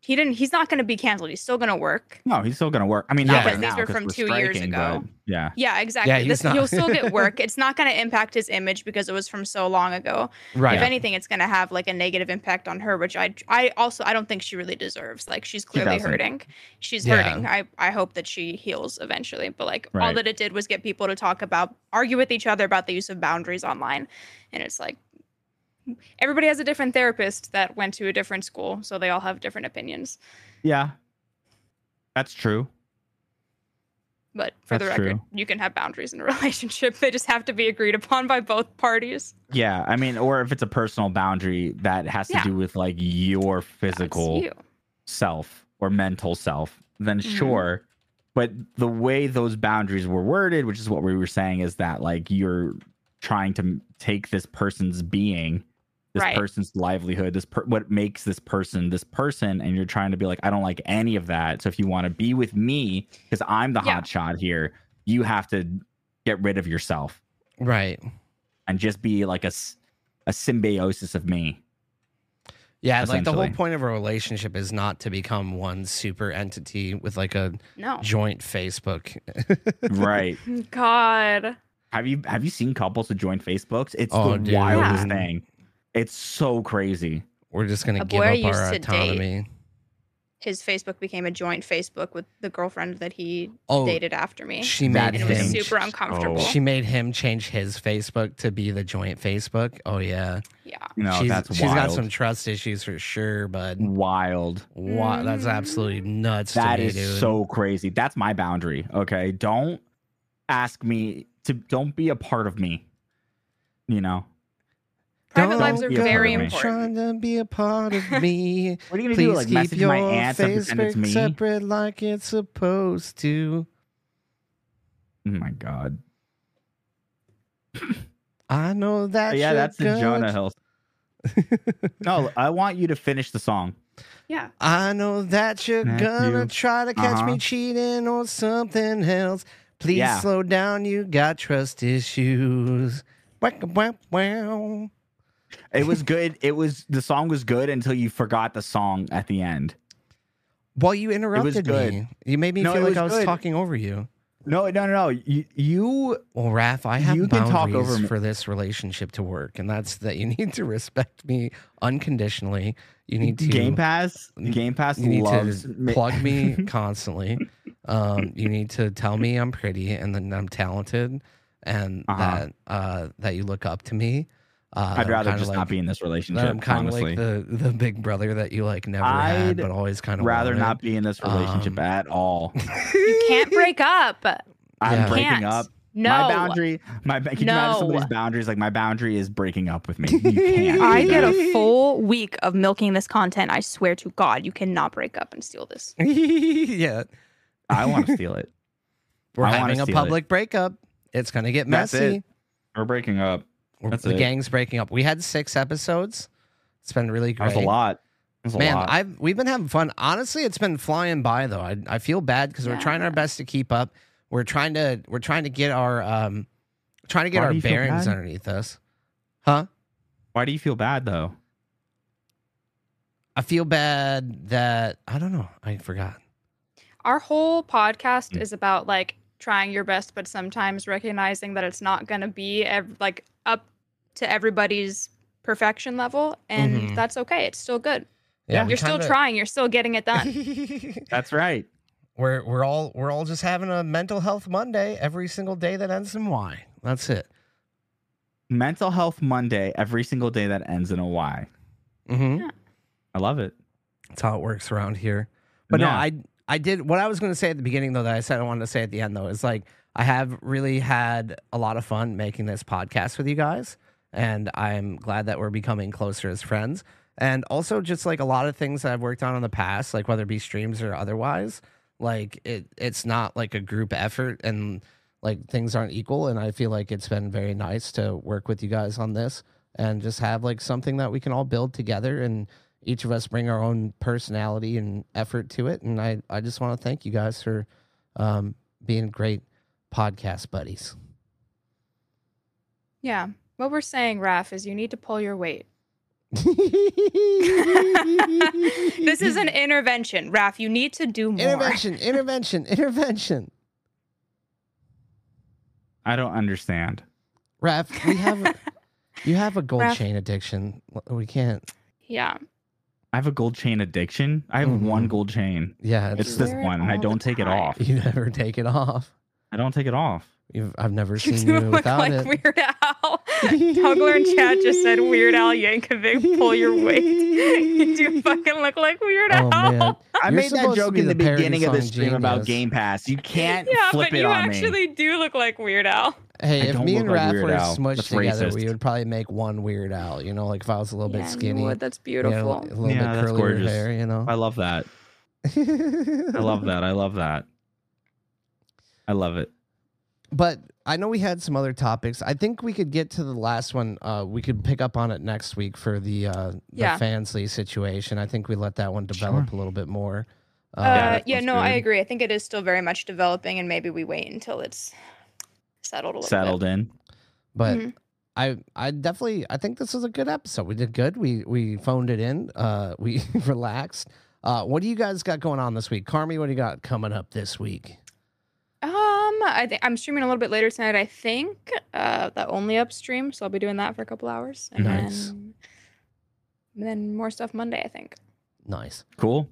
C: he didn't he's not going to be canceled. He's still going to work.
B: No, he's still gonna work. I mean,
A: Yeah.
B: not right
A: Because
C: these
B: now,
C: were
B: 'cause
C: from
B: we're
C: two years
B: striking,
C: ago.
B: but Yeah,
C: Yeah, exactly.
A: he's
C: this,
A: not-
C: He'll still get work. It's not going to impact his image because it was from so long ago.
A: Right.
C: If anything, it's going to have like a negative impact on her, which I, I also I don't think she really deserves. Like she's clearly
B: doesn't.
C: hurting. She's
A: Yeah.
C: hurting. I, I hope that she heals eventually. But like all
B: Right.
C: that it did was get people to talk about, argue with each other about the use of boundaries online, and it's like everybody has a different therapist that went to a different school, so they all have different opinions.
B: yeah, that's true.
C: But for the
B: That's
C: record,
B: true.
C: you can have boundaries in a relationship. They just have to be agreed upon by both parties.
B: Yeah, I mean, or if it's a personal boundary that has to
C: Yeah.
B: do with like your
C: That's
B: physical
C: you.
B: self or mental self, then
C: Mhm.
B: sure. But the way those boundaries were worded, which is what we were saying, is that like you're trying to m- take this person's being, this
C: Right.
B: person's livelihood, this per- what makes this person this person, and you're trying to be like, I don't like any of that. So if you want to be with me, because I'm the
C: Yeah.
B: hot shot here, you have to get rid of yourself
A: right.
B: and just be like a s- a symbiosis of me.
A: Yeah, like the whole
B: essentially.
A: point of a relationship is not to become one super entity with like a
C: No.
A: joint Facebook.
B: right.
C: God.
B: Have you have you seen couples with joint Facebooks? It's
A: Oh,
B: the
A: dude.
B: wildest
A: Yeah.
B: thing. It's so crazy.
A: We're just gonna
C: A
A: give
C: boy I
A: up our
C: used to date.
A: autonomy.
C: His Facebook became a joint Facebook with the girlfriend that he
A: Oh,
C: dated after me.
A: she
B: That
A: made
C: and it was
A: him.
B: thing. Oh,
C: super uncomfortable.
A: She made him change his Facebook to be the joint Facebook. Oh yeah,
C: yeah.
B: No,
A: she's,
B: that's wild.
A: she's got some trust issues for sure, but
B: wild.
A: wow, that's absolutely nuts.
B: That
A: to me,
B: is
A: dude.
B: so crazy. That's my boundary. Okay, don't ask me to. Don't be a part of me. You know
C: Private
A: Don't
C: lives are
B: be a part
C: very
B: of me.
C: important.
A: Trying to be a part of me.
B: what are you gonna do?
A: Please
B: Like
A: keep
B: message my
A: your
B: aunt and pretend it's
A: Facebook
B: me?
A: separate like it's supposed to.
B: Oh my god.
A: I know that.
B: yeah,
A: you're
B: that's the
A: good.
B: Jonah Hill. no, I want you to finish the song.
C: Yeah.
A: I know that you're
B: Matthew.
A: gonna try to catch
B: Uh-huh.
A: me cheating on something else. Please
B: Yeah.
A: slow down. You got trust issues. Whack, whack, wow.
B: It was good. It was the song was good until you forgot the song at the end.
A: Well, you interrupted me.
B: good.
A: You made me
B: No,
A: feel
B: it
A: like
B: was
A: I was
B: good.
A: talking over you.
B: No, no, no, no. You, you
A: Well, Raph, I have
B: You can
A: boundaries
B: talk over me.
A: for this relationship to work, and that's that you need to respect me unconditionally. You need to
B: Game Pass. Game Pass
A: You need
B: loves
A: to
B: ma-
A: plug me Uh, constantly. Um, you need to tell me I'm pretty and then I'm talented and
B: Uh-huh.
A: that uh, that you look up to me. Uh,
B: I'd rather
A: kinda
B: just
A: like-
B: not be in this relationship.
A: That I'm kind of
B: honestly,
A: like the, the big brother that you like never had,
B: I'd
A: but always kind of
B: rather not be in this relationship
A: Um,
B: at all.
C: You can't break up.
B: I'm
A: Yeah.
B: breaking
C: Can't.
B: up.
C: No.
B: My boundary, my ba- can you imagine somebody's
C: No.
B: boundaries? Like my boundary is breaking up with me. You can't.
C: I
B: do
C: get
B: that.
C: a full week of milking this content. I swear to God, you cannot break up and steal this.
A: yeah,
B: I want to steal it.
A: we're
B: I wanna
A: having a
B: steal it.
A: public breakup. It's gonna get
B: That's it.
A: messy.
B: We're breaking up.
A: We're-
B: That's
A: the
B: it.
A: gang's breaking up. We had six episodes. It's been really
B: That
A: great.
B: was a lot. That was a
A: Man,
B: lot.
A: I've we've been having fun. Honestly, it's been flying by though. I, I feel bad because we're
C: Yeah.
A: trying our best to keep up. We're trying to we're trying to get our um trying to get
B: Why
A: our
B: do you feel
A: bearings
B: bad?
A: underneath us. Huh?
B: Why do you feel bad though?
A: I feel bad that I don't know. I forgot.
C: Our whole podcast is about like trying your best, but sometimes recognizing that it's not going to be ev- like up to everybody's perfection level, and
A: Mhm.
C: that's okay. It's still good.
A: we
C: You're still
A: kinda-
C: trying. You're still getting it done.
B: That's right.
A: we're we're all we're all just having a mental health Monday every single day that ends in Y. That's it.
B: Mental Health Monday every single day that ends in a Y.
A: Mm-hmm.
B: I love it.
A: That's how it works around here. But no,
B: Yeah.
A: I I did what I was going to say at the beginning though that I said I wanted to say at the end though is like I have really had a lot of fun making this podcast with you guys and I'm glad that we're becoming closer as friends and also just like a lot of things that I've worked on in the past like whether it be streams or otherwise like it it's not like a group effort and like things aren't equal and I feel like it's been very nice to work with you guys on this and just have like something that we can all build together and each of us bring our own personality and effort to it. And I, I just want to thank you guys for um, being great podcast buddies.
C: Yeah. What we're saying, Raph, is you need to pull your weight. this is an intervention, Raph. You need to do more.
A: intervention, intervention, intervention.
B: I don't understand.
A: Raph, we have you have a gold
C: Raph.
A: chain addiction. We can't.
C: Yeah.
B: I have a gold chain addiction. I have
A: Mhm.
B: one gold chain.
A: Yeah,
B: It's
A: it's,
C: You
B: this
C: wear it
B: one, and I
C: all
B: don't
C: the
B: take it
C: time.
B: off.
A: you never take it off.
B: I don't take it off.
A: You've, I've never
C: You
A: seen
C: do
A: you
C: look
A: without
C: like
A: it.
C: Weird Al. Tugler and Chad just said Weird Al Yankovic, pull your weight. you do fucking look like Weird
A: Oh
C: Al.
A: man,
B: I
A: You're
B: made
A: supposed
B: that
A: to
B: joke
A: be
B: in
A: the
B: the,
A: parody
B: beginning of the
A: song
B: stream about
A: genius.
B: Game Pass. You can't
C: Yeah,
B: flip
C: but
B: it
C: you
B: on me.
C: actually do look like Weird Al.
A: Hey,
B: I
A: if
B: don't
A: me and
B: look like
A: Raph
B: Weird
A: were
B: Al.
A: smushed
B: That's
A: together, we
B: racist.
A: would probably make one Weird Al. You know, like if I was a little bit
C: you
A: skinny,
C: would. That's
A: you know,
C: beautiful.
A: a little
B: Yeah,
A: bit
B: that's
A: curlier
B: gorgeous.
A: hair. You know,
B: I love that. I love that. I love that. I love it.
A: But I know we had some other topics. I think we could get to the last one. Uh, we could pick up on it next week for the uh, the
C: Yeah.
A: Fansley situation. I think we let that one develop a little bit more. Uh,
C: Uh,
B: that
C: yeah,
B: sounds
C: no, I
B: good.
C: agree. I think it is still very much developing, and maybe we wait until it's settled a little
B: Settled in.
A: but
C: mhm.
A: I I definitely I think this was a good episode. We did good. We we phoned it in. Uh, we relaxed. Uh, what do you guys got going on this week, Carmi? What do you got coming up this week?
C: bit. Um, I think I'm streaming a little bit later tonight. I think uh, the only up stream, so I'll be doing that for a couple hours, and
A: Nice.
C: then and then more stuff Monday. I think.
A: Nice.
B: Cool.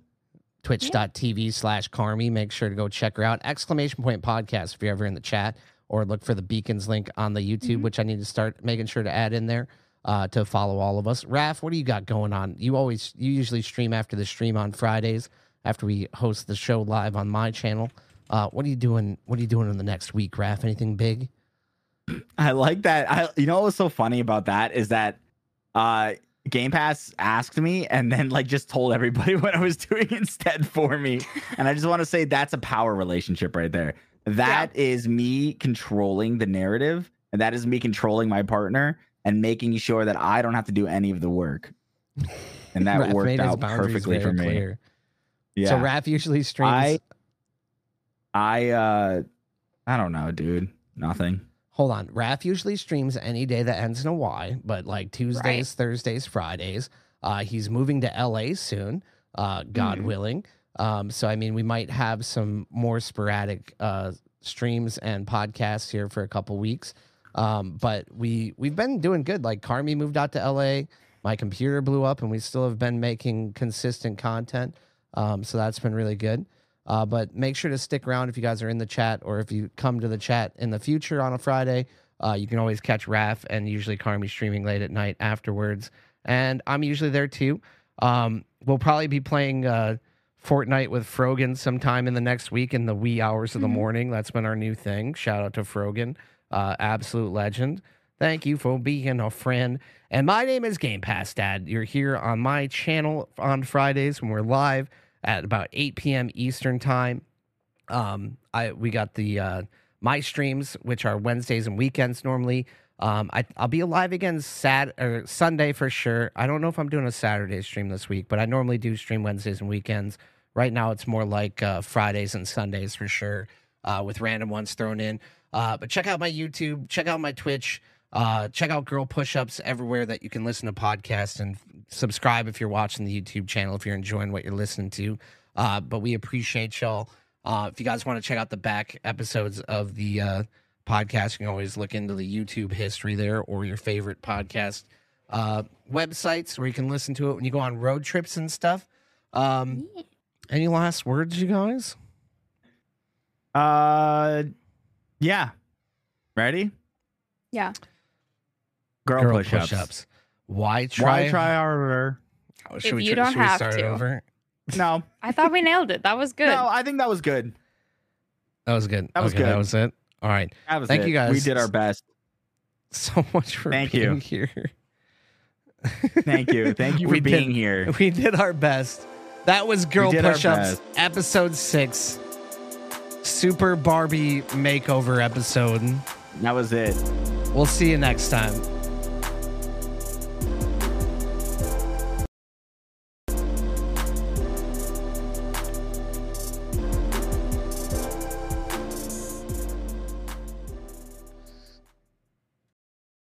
A: twitch.tv slash Carmi. Make sure to go check her out. Exclamation point podcast if you're ever in the chat, or look for the beacons link on the YouTube,
B: Mm-hmm.
C: Mhm.
A: which I need to start making sure to add in there uh, to follow all of us. Raph, what do you got going on? You always, you usually stream after the stream on Fridays after we host the show live on my channel. Uh, what are you doing? What are you doing in the next week, Raph? Anything big?
B: I like that. I you know what was so funny about that is that uh Game Pass asked me and then like just told everybody what I was doing instead for me. And I just want to say that's a power relationship right there. That is me controlling the narrative and that is me controlling my partner and making sure that I don't have to do any of the work. and that
A: Raph
B: worked
A: made his
B: out
A: boundaries
B: perfectly
A: very
B: for me.
A: clear.
B: Yeah.
A: So Raph usually streams.
B: I- I uh I don't know, dude. Nothing.
A: Hold on. Raph usually streams any day that ends in a Y, but like Tuesdays, Thursdays, Fridays. Uh, he's moving to LA soon, uh, God willing. Um, so, I mean, we might have some more sporadic uh, streams and podcasts here for a couple weeks. Um, but we we've been doing good. Like Carmi moved out to LA. My computer blew up, and we still have been making consistent content. Um, so that's been really good. Uh, but make sure to stick around if you guys are in the chat or if you come to the chat in the future on a Friday. Uh, you can always catch Raph and usually Carmi streaming late at night afterwards. And I'm usually there too. Um, we'll probably be playing uh, Fortnite with Frogan sometime in the next week in the wee hours of the morning. That's been our new thing. Shout out to Frogan, uh, absolute legend. Thank you for being a friend. And my name is Game Pass Dad. You're here on my channel on Fridays when we're live at about 8 p.m. Eastern time. Um, I we got the uh, my streams, which are Wednesdays and weekends normally. Um, I I'll be alive again Sat or Sunday for sure. I don't know if I'm doing a Saturday stream this week, but I normally do stream Wednesdays and weekends. Right now, it's more like uh, Fridays and Sundays for sure, uh, with random ones thrown in. Uh, but check out my YouTube, check out my Twitch, uh, check out Girl Push Ups everywhere that you can listen to podcasts, and subscribe if you're watching the YouTube channel if you're enjoying what you're listening to. Uh, but we appreciate y'all. Uh, if you guys want to check out the back episodes of the uh, podcast, you can always look into the YouTube history there or your favorite podcast uh, websites where you can listen to it when you go on road trips and stuff. Um, Any last words, you guys?
B: Uh yeah. Ready?
C: Yeah.
B: Girl, push-ups.
A: push-ups. Why try?
B: Why try harder?
A: Should
C: If
A: we,
C: you
A: tr-
C: don't
A: should we
C: have
A: start
C: to.
A: over?
B: No.
C: I thought we nailed it. That was good.
B: No, I think that was good.
A: That was good.
B: That was
A: okay, That
B: good.
A: was it. All right.
B: That was
A: Thank
B: it.
A: you guys.
B: We did our best.
A: So much for
B: Thank
A: being
B: you.
A: here.
B: Thank you. Thank you for
A: We did-
B: being here.
A: We did our best. That was Girl
B: did our
A: Push Ups
B: best.
A: episode six. Super Barbie makeover episode.
B: That was it.
A: We'll see you next time.